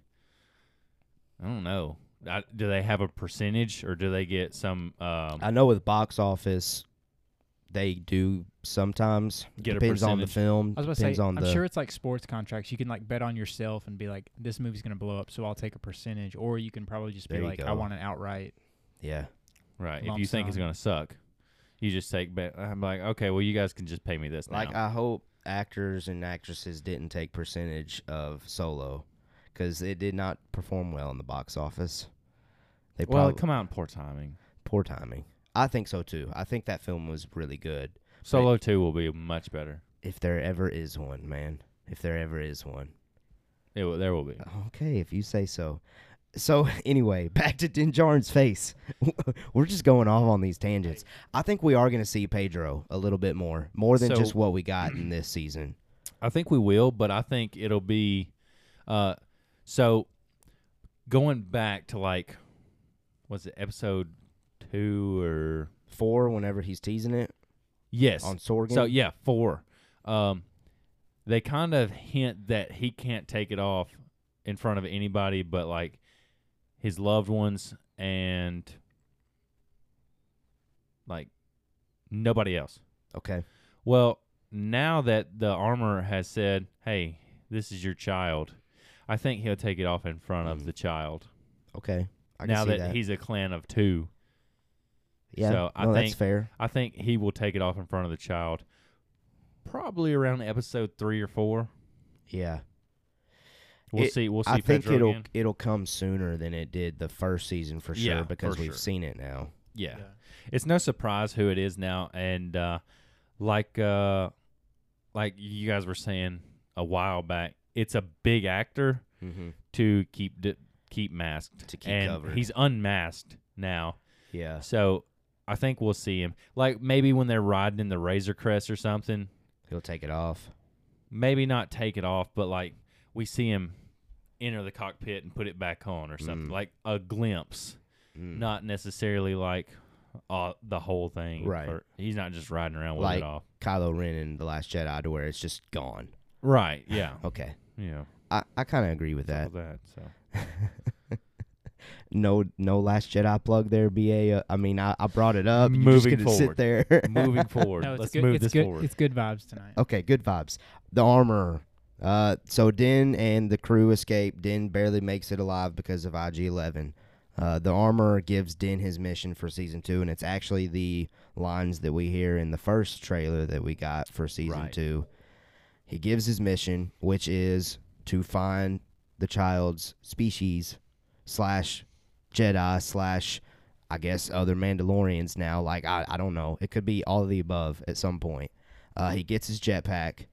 Speaker 3: I don't know. I, do they have a percentage, or do they get some? Um,
Speaker 1: I know with box office, they do sometimes.
Speaker 3: Get a
Speaker 1: depends on the
Speaker 3: percentage.
Speaker 1: film.
Speaker 2: I was about to
Speaker 1: depends
Speaker 2: say,
Speaker 1: on
Speaker 2: I'm
Speaker 1: the
Speaker 2: sure it's like sports contracts. You can like bet on yourself and be like, this movie's gonna blow up, so I'll take a percentage. Or you can probably just be
Speaker 1: There you
Speaker 2: like, I
Speaker 1: go.
Speaker 2: want an outright.
Speaker 1: yeah.
Speaker 3: Right. If
Speaker 2: lump
Speaker 3: you think it's
Speaker 2: sum.
Speaker 3: gonna suck, you just take. But I'm like, okay, well, you guys can just pay me this now.
Speaker 1: Like I hope actors and actresses didn't take percentage of Solo because it did not perform well in the box office. They
Speaker 3: well,
Speaker 1: probably
Speaker 3: it come out in poor timing.
Speaker 1: poor timing. I think so too. I think that film was really good.
Speaker 3: Solo two will be much better.
Speaker 1: If there ever is one, man. If there ever is one.
Speaker 3: It will, there will be.
Speaker 1: Okay, if you say so. So anyway, back to Dinjarin's face. We're just going off on these tangents. I think we are going to see Pedro a little bit more, more than
Speaker 3: So-
Speaker 1: just what we got in this season.
Speaker 3: I think we will, but I think it'll be. Uh, so going back to like, was it episode two or
Speaker 1: Four, whenever he's teasing it
Speaker 3: yes?
Speaker 1: on Sorgan.
Speaker 3: So yeah, four. Um, they kind of hint that he can't take it off in front of anybody but like his loved ones and like nobody else.
Speaker 1: okay.
Speaker 3: Well, now that the armor has said, "Hey, this is your child," I think he'll take it off in front of
Speaker 1: Mm.
Speaker 3: the child.
Speaker 1: Okay. I
Speaker 3: now
Speaker 1: can see
Speaker 3: that, he's a clan of two,
Speaker 1: yeah,
Speaker 3: so I
Speaker 1: no, that's
Speaker 3: think-
Speaker 1: fair.
Speaker 3: I think he will take it off in front of the child. Probably around episode three or four.
Speaker 1: Yeah.
Speaker 3: We'll
Speaker 1: It-
Speaker 3: see. We'll see.
Speaker 1: I think
Speaker 3: Pedro
Speaker 1: it'll
Speaker 3: again.
Speaker 1: it'll come sooner than it did the first season for sure
Speaker 3: Yeah,
Speaker 1: because
Speaker 3: for
Speaker 1: we've
Speaker 3: sure.
Speaker 1: seen it now.
Speaker 3: Yeah. it's no surprise who it is now, and uh, like uh, like you guys were saying a while back, it's a big actor
Speaker 1: Mm-hmm.
Speaker 3: to keep di- keep masked
Speaker 1: To keep
Speaker 3: and
Speaker 1: covered. Uh.
Speaker 3: He's unmasked now,
Speaker 1: Yeah.
Speaker 3: so I think we'll see him. Like maybe when they're riding in the Razor Crest or something,
Speaker 1: He'll take it off.
Speaker 3: maybe not take it off, but like we see him enter the cockpit and put it back on or something,
Speaker 1: Mm.
Speaker 3: like a glimpse.
Speaker 1: Mm.
Speaker 3: not necessarily like uh, the whole thing.
Speaker 1: Right.
Speaker 3: Or- he's not just riding around with
Speaker 1: Like-
Speaker 3: it off.
Speaker 1: Kylo Ren in The Last Jedi to where it's just gone.
Speaker 3: Right. Yeah.
Speaker 1: Okay.
Speaker 3: yeah.
Speaker 1: I, I kind of agree with that.
Speaker 3: That. that. So
Speaker 1: No no Last Jedi plug there, BA. Uh, I mean, I, I brought it up. You're just
Speaker 3: Moving
Speaker 1: gonna sit
Speaker 3: forward.
Speaker 1: there.
Speaker 3: moving forward,
Speaker 2: No, it's
Speaker 3: let's
Speaker 2: good.
Speaker 3: move
Speaker 2: it's
Speaker 3: this
Speaker 2: good.
Speaker 3: forward.
Speaker 2: It's good vibes tonight.
Speaker 1: Okay, good vibes. The armor. Uh, so Din and the crew escape. Din barely makes it alive because of IG Eleven. Uh, the armor gives Din his mission for season two, and it's actually the lines that we hear in the first trailer that we got for season
Speaker 3: Right.
Speaker 1: two. He gives his mission, which is to find the child's species slash Jedi slash I guess other Mandalorians now. Like I, I don't know. It could be all of the above at some point. Uh, he gets his jetpack.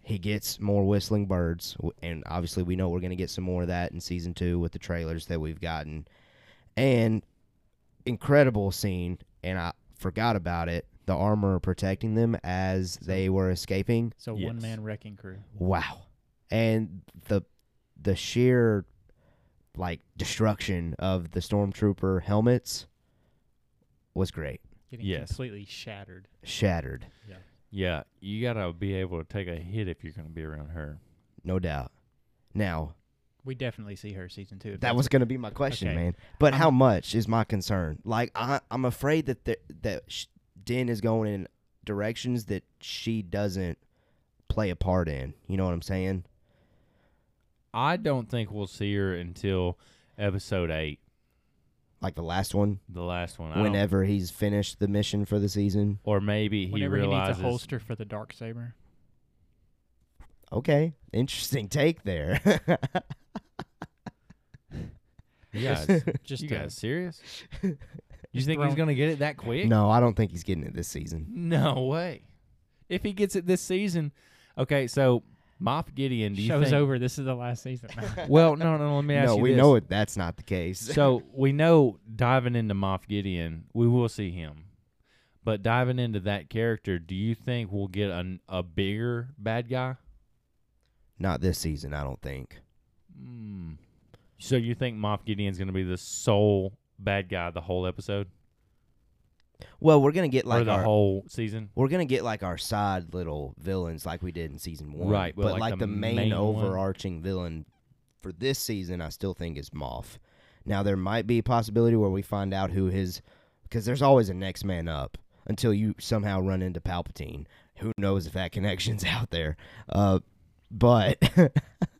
Speaker 1: He gets more whistling birds, w- and obviously we know we're gonna get some more of that in season two with the trailers that we've gotten. And incredible scene, and I forgot about it. the armor protecting them as they were escaping.
Speaker 2: So
Speaker 3: Yes.
Speaker 2: one man wrecking crew.
Speaker 1: Wow. And the the sheer like destruction of the stormtrooper helmets was great.
Speaker 2: Getting
Speaker 3: Yes.
Speaker 2: completely shattered.
Speaker 1: Shattered,
Speaker 3: Yeah, you gotta be able to take a hit if you're gonna be around her.
Speaker 1: no doubt. Now,
Speaker 2: We definitely see her season two. if
Speaker 1: that
Speaker 2: that's-
Speaker 1: was going to be my question,
Speaker 2: Okay.
Speaker 1: man. But
Speaker 2: I'm-
Speaker 1: how much is my concern? Like I I'm afraid that the, that sh- Den is going in directions that she doesn't play a part in. You know what I'm saying?
Speaker 3: I don't think we'll see her until episode eight,
Speaker 1: Like the last one,
Speaker 3: the last one. I don't-
Speaker 1: whenever he's finished the mission for the season.
Speaker 3: or maybe he
Speaker 2: whenever he
Speaker 3: realizes
Speaker 2: needs a holster for the dark saber.
Speaker 1: Okay, interesting take there.
Speaker 3: Yeah, it's-
Speaker 2: Just
Speaker 3: you
Speaker 2: to-
Speaker 3: guys serious? You think he's
Speaker 2: thrown-
Speaker 3: gonna get it that quick?
Speaker 1: no, I don't think he's getting it this season.
Speaker 3: No way. If he gets it this season, okay. So Moff Gideon, do you
Speaker 2: show's
Speaker 3: think?
Speaker 2: over. This is the last season.
Speaker 3: Well, no, no. Let me ask
Speaker 1: no,
Speaker 3: you.
Speaker 1: we
Speaker 3: this.
Speaker 1: know it. That's not the case.
Speaker 3: so we know diving into Moff Gideon, we will see him. But diving into that character, do you think we'll get an, a bigger bad guy?
Speaker 1: Not this season, I don't think.
Speaker 3: Hmm. So you think Moff Gideon's going to be the sole bad guy the whole episode
Speaker 1: Well, we're gonna get
Speaker 3: or
Speaker 1: like
Speaker 3: the
Speaker 1: our
Speaker 3: whole season?
Speaker 1: we're gonna get like our side little villains like we did in season one,
Speaker 3: Right,
Speaker 1: But,
Speaker 3: but
Speaker 1: like,
Speaker 3: like
Speaker 1: the,
Speaker 3: the
Speaker 1: main,
Speaker 3: main one.
Speaker 1: overarching villain for this season, I still think is Moff. Now there might be a possibility where we find out who his because there's always a next man up until you somehow run into Palpatine. Who knows if that connection's out there? Uh, but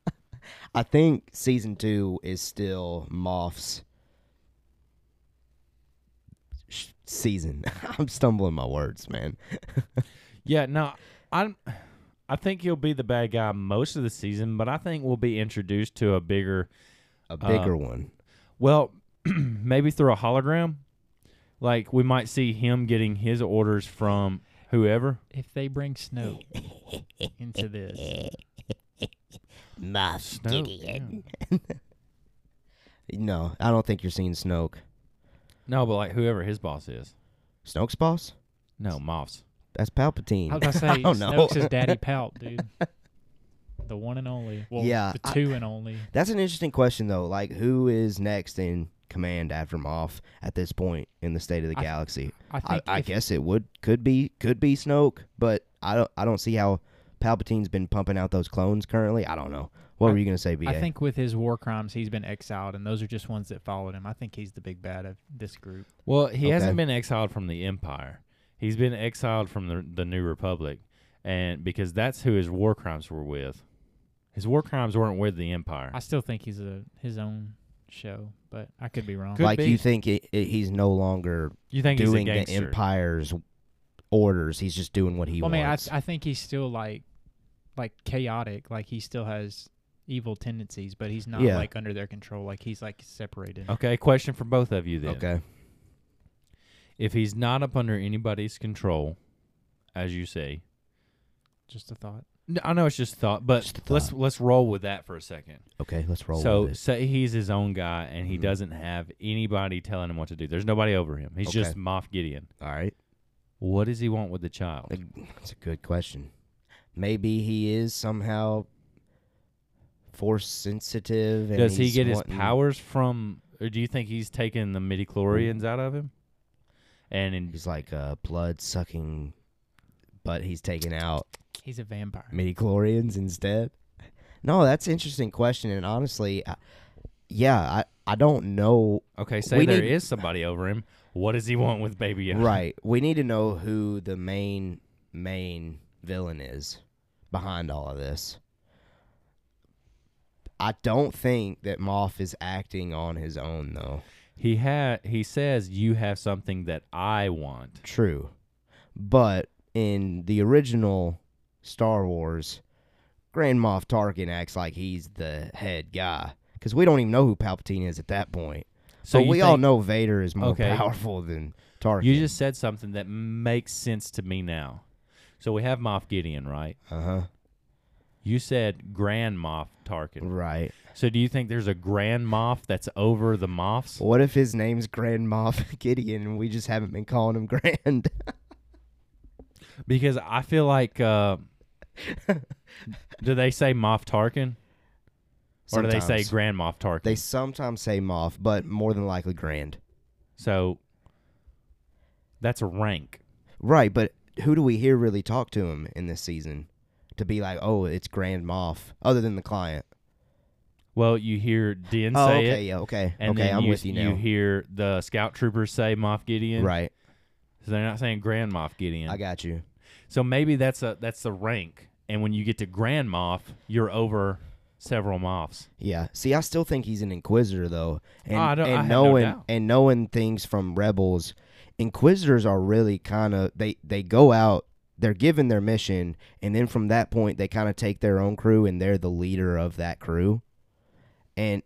Speaker 1: I think season two is still Moff's sh- season. I'm stumbling my words, man.
Speaker 3: Yeah, no, I'm. I think he'll be the bad guy most of the season, but I think we'll be introduced to a bigger,
Speaker 1: A
Speaker 3: Uh,
Speaker 1: bigger one.
Speaker 3: well, maybe through a hologram. Like we might see him getting his orders from whoever.
Speaker 2: if they bring Snow into this,
Speaker 1: Moff
Speaker 3: Snoke,
Speaker 1: No, I don't think you're seeing Snoke.
Speaker 3: No, but like whoever his boss is.
Speaker 1: Snoke's boss?
Speaker 3: No, Moff's.
Speaker 1: That's Palpatine.
Speaker 2: I was gonna say
Speaker 1: don't know.
Speaker 2: Snoke's his daddy Palp, dude. The one and only. Well,
Speaker 1: Yeah,
Speaker 2: the
Speaker 1: I-
Speaker 2: two and only.
Speaker 1: That's an interesting question, though. Like, who is next in command after Moff at this point in the state of the
Speaker 2: I-
Speaker 1: galaxy?
Speaker 2: I
Speaker 1: I,
Speaker 2: think
Speaker 1: I
Speaker 2: if-
Speaker 1: guess it would could be could be Snoke, but I don't I don't see how Palpatine's been pumping out those clones currently. I don't know. What were you gonna say, BA?
Speaker 2: I think with his war crimes, he's been exiled, and those are just ones that followed him. I think he's the big bad of this group.
Speaker 3: Well, he
Speaker 1: Okay.
Speaker 3: hasn't been exiled from the Empire. He's been exiled from the the New Republic, and because that's who his war crimes were with. His war crimes weren't with the Empire.
Speaker 2: I still think he's a his own show, but I could be wrong.
Speaker 3: Could
Speaker 1: like
Speaker 3: be.
Speaker 1: you think it, it, he's no longer
Speaker 3: you think he's a
Speaker 1: doing the
Speaker 3: gangster?
Speaker 1: Empire's orders. He's just doing what he
Speaker 2: well, I mean, I,
Speaker 1: wants.
Speaker 2: I think he's still like like chaotic. Like he still has evil tendencies, but he's not
Speaker 1: Yeah.
Speaker 2: like under their control. Like he's like separated.
Speaker 3: Okay, question for both of you then.
Speaker 1: okay.
Speaker 3: If he's not up under anybody's control, as you say,
Speaker 2: Just a thought.
Speaker 3: N- I know it's just thought, but
Speaker 1: Just a
Speaker 3: let's
Speaker 1: thought.
Speaker 3: let's roll with that for a second.
Speaker 1: Okay, let's roll
Speaker 3: so
Speaker 1: with this.
Speaker 3: say he's his own guy and he
Speaker 1: Mhm.
Speaker 3: doesn't have anybody telling him what to do. There's nobody over him. He's
Speaker 1: Okay.
Speaker 3: just Moff Gideon.
Speaker 1: All right.
Speaker 3: What does he want with the child?
Speaker 1: That's a good question. Maybe he is somehow force sensitive. And
Speaker 3: Does he
Speaker 1: he's
Speaker 3: get his
Speaker 1: wanting-
Speaker 3: powers from, or do you think he's taking the midi chlorians out of him? And in,
Speaker 1: Mm. He's like uh, blood sucking, but he's taking out
Speaker 2: He's a vampire.
Speaker 3: Mm.
Speaker 1: midi chlorians instead. No, that's an interesting question, and honestly, I, yeah, I I don't know.
Speaker 3: okay, say there
Speaker 1: We
Speaker 3: is
Speaker 1: need-
Speaker 3: somebody over him. What does he want with Baby Yoda?
Speaker 1: Right, we need to know who the main main villain is behind all of this. I don't think that Moff is acting on his own though.
Speaker 3: He had. He says you have something that I want.
Speaker 1: True. But in the original Star Wars, Grand Moff Tarkin acts like he's the head guy because we don't even know who Palpatine is at that point.
Speaker 3: So
Speaker 1: but
Speaker 3: you
Speaker 1: we all
Speaker 3: think-
Speaker 1: know Vader is more
Speaker 3: Okay.
Speaker 1: powerful than Tarkin.
Speaker 3: You just said something that makes sense to me now. So we have Moff Gideon, right?
Speaker 1: uh huh
Speaker 3: You said Grand Moff Tarkin.
Speaker 1: right.
Speaker 3: So do you think there's a Grand Moff that's over the Moffs?
Speaker 1: What if his name's Grand Moff Gideon and we just haven't been calling him Grand?
Speaker 3: because I feel like uh, do they say Moff Tarkin or do they say
Speaker 1: Sometimes.
Speaker 3: Grand Moff Tarkin?
Speaker 1: They sometimes say moth, but more than likely grand.
Speaker 3: so that's a rank.
Speaker 1: Right, but who do we hear really talk to him in this season to be like, oh, it's Grand Moff, other than the client?
Speaker 3: Well, you hear Din
Speaker 1: oh,
Speaker 3: say
Speaker 1: okay,
Speaker 3: it,
Speaker 1: yeah, okay,
Speaker 3: and
Speaker 1: okay,
Speaker 3: then
Speaker 1: I'm
Speaker 3: you,
Speaker 1: with you now.
Speaker 3: You hear the scout troopers say Moff Gideon,
Speaker 1: right,
Speaker 3: So they're not saying Grand Moff Gideon.
Speaker 1: I got you.
Speaker 3: So maybe that's a that's the rank, and when you get to Grand Moff, you're over several moffs.
Speaker 1: Yeah. See, I still think he's an inquisitor though, and,
Speaker 3: Oh, I don't- I
Speaker 1: and
Speaker 3: have no
Speaker 1: knowing
Speaker 3: doubt.
Speaker 1: and knowing things from rebels, inquisitors are really kind of they they go out, they're given their mission, and then from that point they kind of take their own crew and they're the leader of that crew, and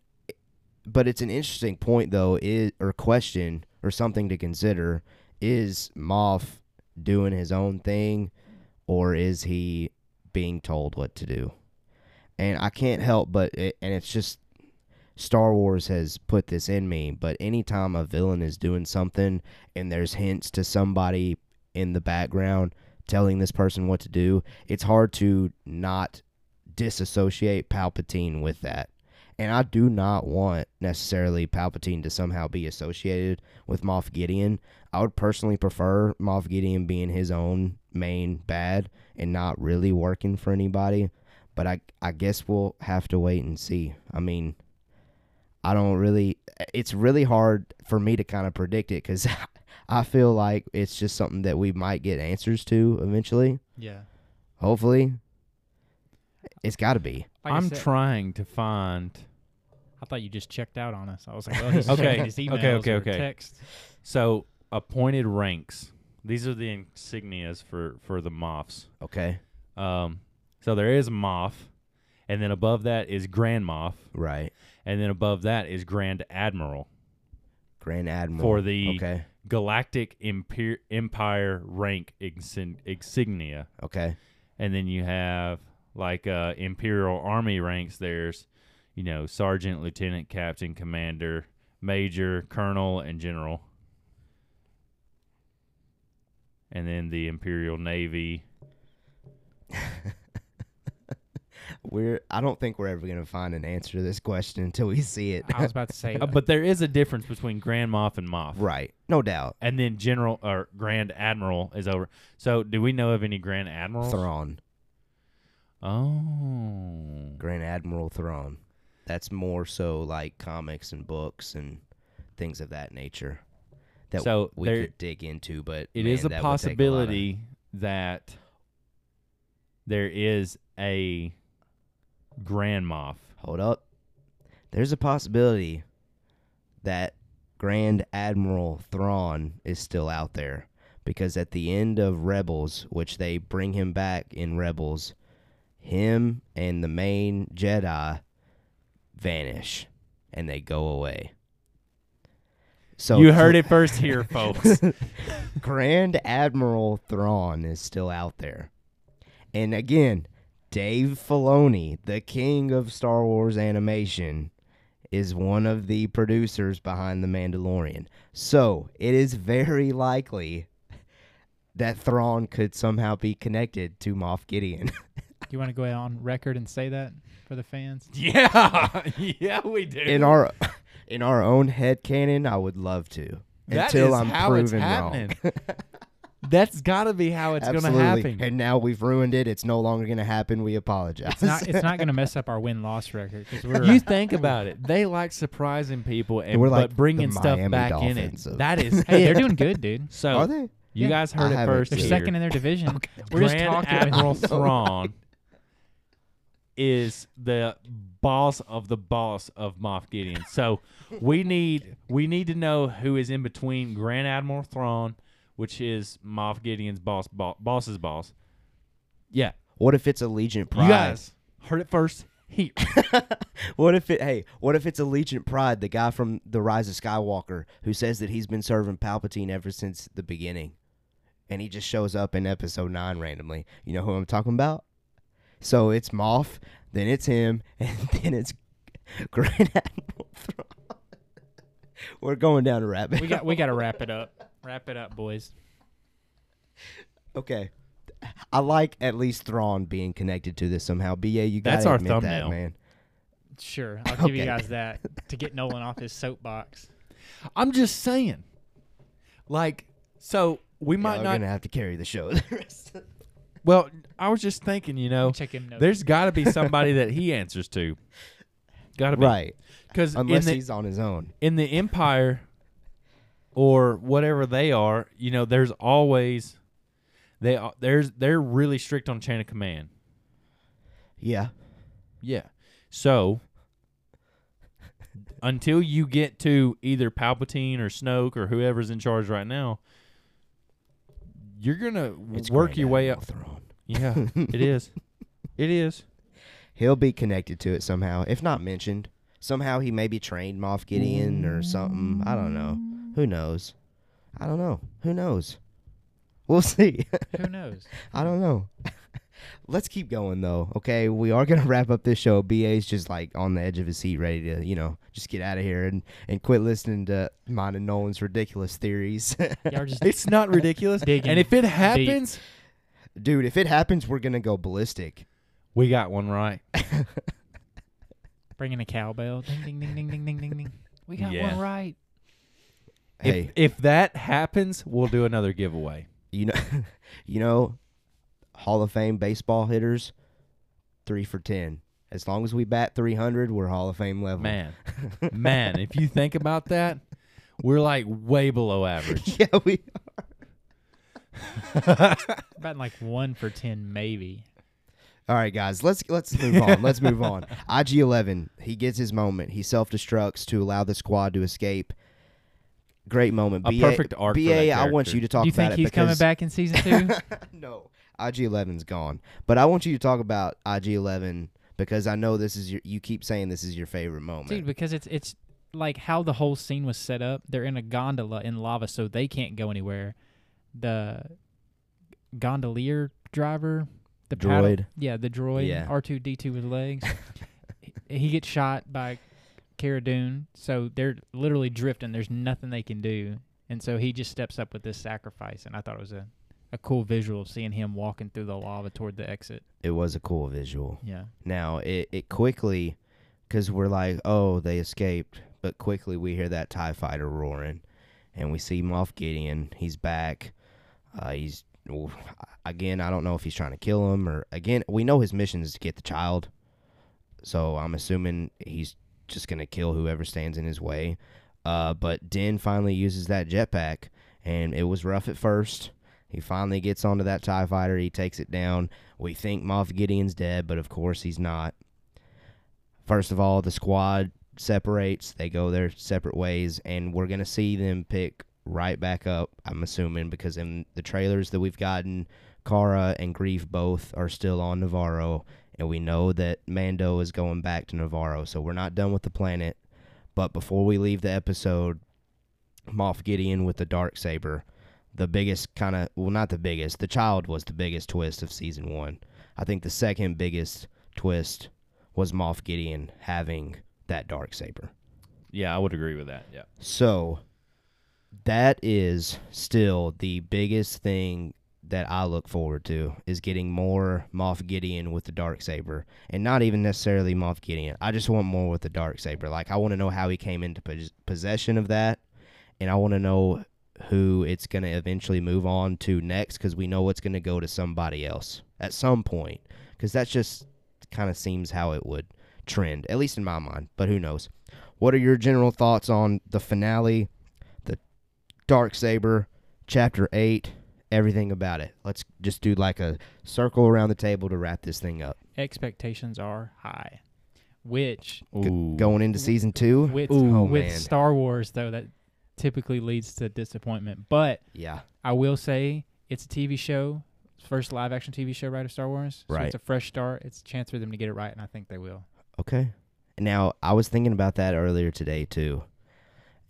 Speaker 1: but it's an interesting point though is or question or something to consider is Moff doing his own thing, or is he being told what to do? and I can't help but it, and it's just Star Wars has put this in me, but anytime a villain is doing something and there's hints to somebody in the background telling this person what to do, it's hard to not disassociate Palpatine with that. And I do not want necessarily Palpatine to somehow be associated with Moff Gideon. I would personally prefer Moff Gideon being his own main bad and not really working for anybody. But I, I guess we'll have to wait and see. I mean, I don't really. It's really hard for me to kind of predict it because I feel like it's just something that we might get answers to eventually.
Speaker 2: Yeah.
Speaker 1: Hopefully, it's got to be.
Speaker 2: Like I
Speaker 3: I'm
Speaker 2: said,
Speaker 3: trying to find.
Speaker 2: I thought you just checked out on us. I was like, well, he's
Speaker 3: Okay,
Speaker 2: checking his
Speaker 3: okay,
Speaker 2: emails
Speaker 3: okay,
Speaker 2: or
Speaker 3: okay.
Speaker 2: texts.
Speaker 3: So appointed ranks. These are the insignias for for the moffs.
Speaker 1: Okay.
Speaker 3: Um, so there is moff, and then above that is Grand Moff,
Speaker 1: Right.
Speaker 3: and then above that is Grand Admiral
Speaker 1: Grand Admiral.
Speaker 3: for the
Speaker 1: Okay.
Speaker 3: Galactic Empire, Empire rank insign- insignia.
Speaker 1: Okay.
Speaker 3: and then you have like uh, Imperial Army ranks. There's, you know, sergeant, lieutenant, captain, commander, major, colonel, and general. And then the Imperial Navy.
Speaker 1: We're. I don't think we're ever gonna find an answer to this question until we see it.
Speaker 2: I was about to say,
Speaker 3: Uh, but there is a difference between Grand Moff and Moff.
Speaker 1: right. No doubt.
Speaker 3: And then General or Grand Admiral is over. So, do we know of any Grand Admirals?
Speaker 1: Thrawn.
Speaker 3: Oh.
Speaker 1: Grand Admiral Thrawn. That's more so like comics and books and things of that nature that
Speaker 3: So
Speaker 1: we
Speaker 3: there-
Speaker 1: could dig into. But
Speaker 3: It
Speaker 1: man,
Speaker 3: is a
Speaker 1: that would take a lot of-
Speaker 3: possibility that there is a Grand Moff.
Speaker 1: hold up. There's a possibility that Grand Admiral Thrawn is still out there because at the end of Rebels, which they bring him back in Rebels, him and the main Jedi vanish and they go away. So
Speaker 3: you heard it first here, folks.
Speaker 1: Grand Admiral Thrawn is still out there. And again, Dave Filoni, the king of Star Wars animation, is one of the producers behind The Mandalorian. So it is very likely that Thrawn could somehow be connected to Moff Gideon.
Speaker 2: you want to go on record and say that for the fans?
Speaker 3: yeah, yeah, we do.
Speaker 1: in our in our own head canon, I would love to.
Speaker 3: That
Speaker 1: until
Speaker 3: is
Speaker 1: I'm
Speaker 3: how it's
Speaker 1: proven wrong.
Speaker 3: happening. That's got to be how it's going to
Speaker 1: Absolutely.
Speaker 3: happen.
Speaker 1: And now we've ruined it. It's no longer going to happen. We apologize.
Speaker 2: It's not. It's not going to mess up our win loss record because we're.
Speaker 3: you think about it. They like surprising people and
Speaker 1: We're like
Speaker 3: but bringing
Speaker 1: the
Speaker 3: stuff
Speaker 1: Miami
Speaker 3: back
Speaker 1: Dolphins
Speaker 3: in
Speaker 1: of-
Speaker 3: it. That is
Speaker 2: hey, they're doing good, dude.
Speaker 3: so.
Speaker 1: Are they?
Speaker 3: You
Speaker 2: Yeah.
Speaker 3: guys
Speaker 1: I
Speaker 3: heard it
Speaker 1: haven't
Speaker 3: first.
Speaker 2: They're
Speaker 1: Dude.
Speaker 3: here.
Speaker 2: second in their division. We're just
Speaker 3: Grand
Speaker 2: talking.
Speaker 3: Admiral Thrawn is the boss of the boss of Moff Gideon. So we need we need to know who is in between Grand Admiral Thrawn, which is Moff Gideon's boss, bo- boss's boss. Yeah,
Speaker 1: What if it's Allegiant Pride?
Speaker 3: you guys heard it first. He
Speaker 1: What if it? Hey, what if it's Allegiant Pride, the guy from The Rise of Skywalker, who says that he's been serving Palpatine ever since the beginning, and he just shows up in Episode Nine randomly? You know who I'm talking about? So it's Moff, then it's him, and then it's Grand Admiral Thrawn. We're going down a rabbit.
Speaker 2: We got. We got to wrap it up. Wrap it up, boys.
Speaker 1: okay. I like at least Thrawn being connected to this somehow. Ba, you gotta
Speaker 3: That's our
Speaker 1: admit that,
Speaker 3: thumbnail.
Speaker 1: man.
Speaker 2: Sure, I'll give you
Speaker 1: Okay.
Speaker 2: guys that to get Nolan off his soapbox.
Speaker 3: I'm just saying. Like, so we
Speaker 1: Yeah,
Speaker 3: might
Speaker 1: we're
Speaker 3: not.
Speaker 1: gonna have to carry the show. the rest of-
Speaker 3: Well, I was just thinking, you know,
Speaker 2: Check him notes.
Speaker 3: Oh, there's got to be somebody that he answers to. Got to be
Speaker 1: right,
Speaker 3: because in
Speaker 1: unless
Speaker 3: the
Speaker 1: he's on his own.
Speaker 3: in the empire or whatever they are, you know, there's always they are there's they're really strict on chain of command.
Speaker 1: Yeah,
Speaker 3: Yeah. So until you get to either Palpatine or Snoke or whoever's in charge right now, you're gonna
Speaker 1: it's
Speaker 3: work
Speaker 1: Grand
Speaker 3: your way
Speaker 1: Admiral
Speaker 3: up.
Speaker 1: Thrawn.
Speaker 3: Yeah, it is. It is.
Speaker 1: He'll be connected to it somehow, if not mentioned. Somehow he maybe trained Moff Gideon or something. I don't know. Who knows? I don't know. Who knows? We'll see.
Speaker 2: Who knows?
Speaker 1: I don't know. Let's keep going though. Okay, we are gonna wrap up this show. Ba's just like on the edge of his seat, ready to you know just get out of here and and quit listening to mine and Nolan's ridiculous theories.
Speaker 2: Y'all are just
Speaker 3: It's not ridiculous.
Speaker 2: Digging
Speaker 3: and if it happens,
Speaker 1: Dude, if it happens, we're gonna go ballistic.
Speaker 3: we got one right.
Speaker 2: bringing a cowbell. Ding ding ding ding ding ding ding ding. We got
Speaker 3: Yeah.
Speaker 2: one right.
Speaker 1: Hey,
Speaker 3: If, if that happens, we'll do another giveaway.
Speaker 1: you know, you know, Hall of Fame baseball hitters, three for ten. As long as we bat three hundred, we're Hall of Fame level.
Speaker 3: Man, man, if you think about that, we're like way below average.
Speaker 1: yeah, we.
Speaker 2: About like one for ten, maybe.
Speaker 1: All right, guys, let's let's move on. let's move on. IG Eleven, he gets his moment. He self destructs to allow the squad to escape. Great moment.
Speaker 3: A perfect arc for
Speaker 1: Ba,
Speaker 3: that
Speaker 1: I want
Speaker 3: character.
Speaker 1: you to talk
Speaker 2: Do you
Speaker 1: about
Speaker 2: think
Speaker 1: it
Speaker 2: he's coming
Speaker 1: because-
Speaker 2: back in season two?
Speaker 1: no, IG 11's gone. But I want you to talk about IG 11 because I know this is your. You keep saying this is your favorite moment.
Speaker 2: Dude, because it's it's like how the whole scene was set up. They're in a gondola in lava, so they can't go anywhere. The gondolier driver, the paddle-
Speaker 1: Droid.
Speaker 2: yeah, the droid,
Speaker 1: Yeah.
Speaker 2: R two D two with legs. he, he gets shot by Cara Dune, so they're literally drifting. There's nothing they can do, and so he just steps up with this sacrifice. And I thought it was a a cool visual of seeing him walking through the lava toward the exit.
Speaker 1: it was a cool visual.
Speaker 2: Yeah.
Speaker 1: Now it it quickly, because we're like, oh, they escaped, but quickly we hear that Tie Fighter roaring, and we see Moff Gideon. He's back. Uh, he's oof, again. I don't know if he's trying to kill him or again. We know his mission is to get the child, so I'm assuming he's just gonna kill whoever stands in his way. Uh, but Din finally uses that jetpack, and it was rough at first. He finally gets onto that TIE fighter. He takes it down. We think Moff Gideon's dead, but of course he's not. First of all, the squad separates. They go their separate ways, and we're going to see them pick right back up, I'm assuming, because in the trailers that we've gotten, Kara and Grief both are still on Navarro, and we know that Mando is going back to Navarro, so we're not done with the planet. But before we leave the episode, Moff Gideon with the dark saber, the biggest kind of well, not the biggest. The child was the biggest twist of season one. I think the second biggest twist was Moff Gideon having that dark saber.
Speaker 3: Yeah, I would agree with that. Yeah.
Speaker 1: So that is still the biggest thing that I look forward to is getting more Moff Gideon with the dark saber and not even necessarily Moff Gideon. I just want more with the dark saber. Like I want to know how he came into pos- possession of that and I want to know who it's going to eventually move on to next cuz we know it's going to go to somebody else at some point cuz that's just kind of seems how it would trend at least in my mind, but who knows. What are your general thoughts on the finale, the dark saber, chapter 8, everything about it? Let's just do like a circle around the table to wrap this thing up.
Speaker 2: expectations are high, which
Speaker 1: G- going into season 2?
Speaker 2: with
Speaker 1: Ooh,
Speaker 2: with
Speaker 1: Oh, man.
Speaker 2: Star Wars though that typically leads to disappointment. But
Speaker 1: Yeah.
Speaker 2: I will say it's a TV show, first live action TV show right of Star Wars. So
Speaker 1: Right.
Speaker 2: it's a fresh start. It's a chance for them to get it right, and I think they will.
Speaker 1: Okay. Now, I was thinking about that earlier today too.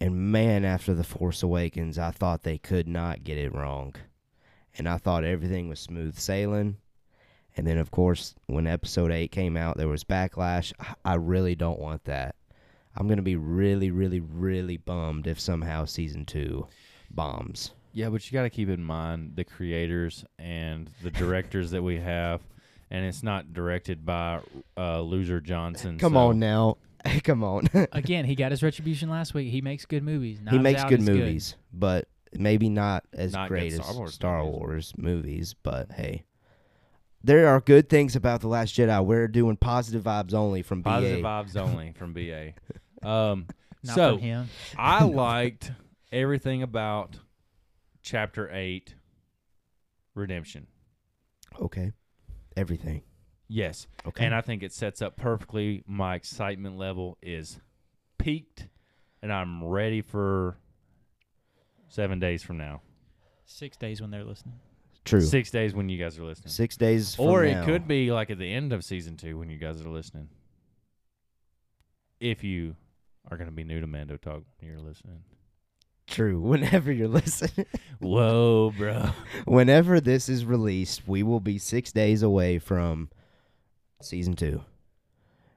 Speaker 1: And man, after The Force Awakens, I thought they could not get it wrong. And I thought everything was smooth sailing. And then, of course, when episode 8 came out, there was backlash. I- I really don't want that. I'm going to be really, really, really bummed if somehow season 2 bombs.
Speaker 3: Yeah, but you got to keep in mind the creators and the directors that we have, and it's not directed by uh, Loser Johnson.
Speaker 1: Come
Speaker 3: so-
Speaker 1: on now. Come on.
Speaker 2: Again, he got his retribution last week. He makes good movies.
Speaker 1: he
Speaker 2: Knives
Speaker 1: makes
Speaker 2: Out
Speaker 1: good
Speaker 2: is
Speaker 1: movies, but maybe not as
Speaker 3: Not good
Speaker 1: great as
Speaker 3: Star Wars
Speaker 1: Star
Speaker 3: movies.
Speaker 1: Wars movies. But hey, there are good things about the Last Jedi. We're doing positive vibes only from
Speaker 3: Positive
Speaker 1: BA.
Speaker 3: vibes only from BA. Um,
Speaker 2: Not
Speaker 3: so
Speaker 2: from him.
Speaker 3: I liked everything about Chapter Eight, Redemption.
Speaker 1: Okay, everything.
Speaker 3: Yes,
Speaker 1: Okay,
Speaker 3: and I think it sets up perfectly. My excitement level is peaked, and I'm ready for seven days from now.
Speaker 2: Six days when they're listening.
Speaker 1: true. Six,
Speaker 3: Six days when you guys are listening.
Speaker 1: days, from
Speaker 3: or
Speaker 1: now.
Speaker 3: it could be like at the end of season two when you guys are listening. If you are going to be new to Mando Talk when you're listening.
Speaker 1: true. Whenever you're listening,
Speaker 3: Whoa, bro.
Speaker 1: whenever this is released, we will be six days away from season two,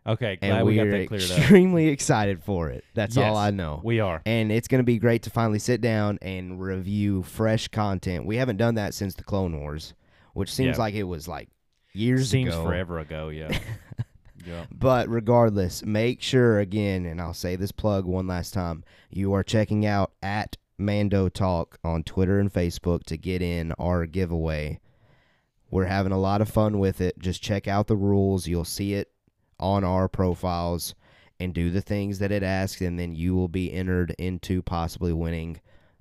Speaker 3: Okay,
Speaker 1: and
Speaker 3: glad we got
Speaker 1: are
Speaker 3: that cleared up.
Speaker 1: extremely excited for it. That's all
Speaker 3: Yes.
Speaker 1: I know.
Speaker 3: We are.
Speaker 1: and it's going to be great to finally sit down and review fresh content. We haven't done that since the Clone Wars, which seems
Speaker 3: Yeah.
Speaker 1: like it was like years
Speaker 3: Seems
Speaker 1: ago.
Speaker 3: forever ago, yeah. yeah.
Speaker 1: But regardless, make sure again, and I'll say this plug one last time: you are checking out at Mando Talk on Twitter and Facebook to get in our giveaway. We're having a lot of fun with it. Just check out the rules; you'll see it on our profiles, and do the things that it asks, and then you will be entered into possibly winning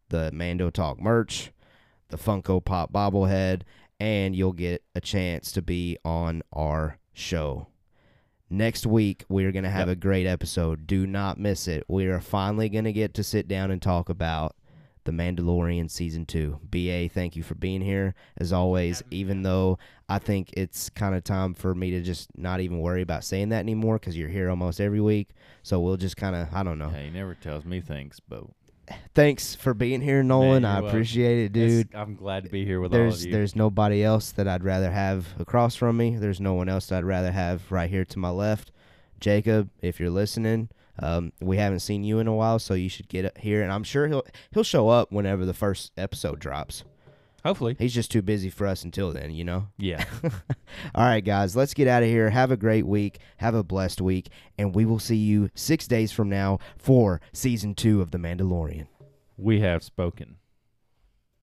Speaker 1: the Mando Talk merch, the Funko Pop bobblehead, and you'll get a chance to be on our show. Next week, we're going to have a great episode. Do not miss it. We are finally going to get to sit down and talk about The Mandalorian Season 2. BA, thank you for being here. As always, even though I think it's kind of time for me to just not even worry about saying that anymore because you're here almost every week. So we'll just kind of, I don't know.
Speaker 3: Hey, he never tells me things, but
Speaker 1: Thanks for being here, Nolan.
Speaker 3: you're
Speaker 1: I
Speaker 3: welcome.
Speaker 1: appreciate it, dude.
Speaker 3: It's- I'm glad to be here with all
Speaker 1: there's
Speaker 3: of you.
Speaker 1: there's nobody else that I'd rather have across from me. There's no one else that I'd rather have right here to my left. Jacob, if you're listening, um, we haven't seen you in a while, so you should get up here. And I'm sure he'll he'll show up whenever the first episode drops.
Speaker 3: Hopefully.
Speaker 1: He's just too busy for us until then, you know.
Speaker 3: Yeah.
Speaker 1: All right, guys, let's get out of here. Have a great week. Have a blessed week, and we will see you six days from now for season two of The Mandalorian.
Speaker 3: we have spoken.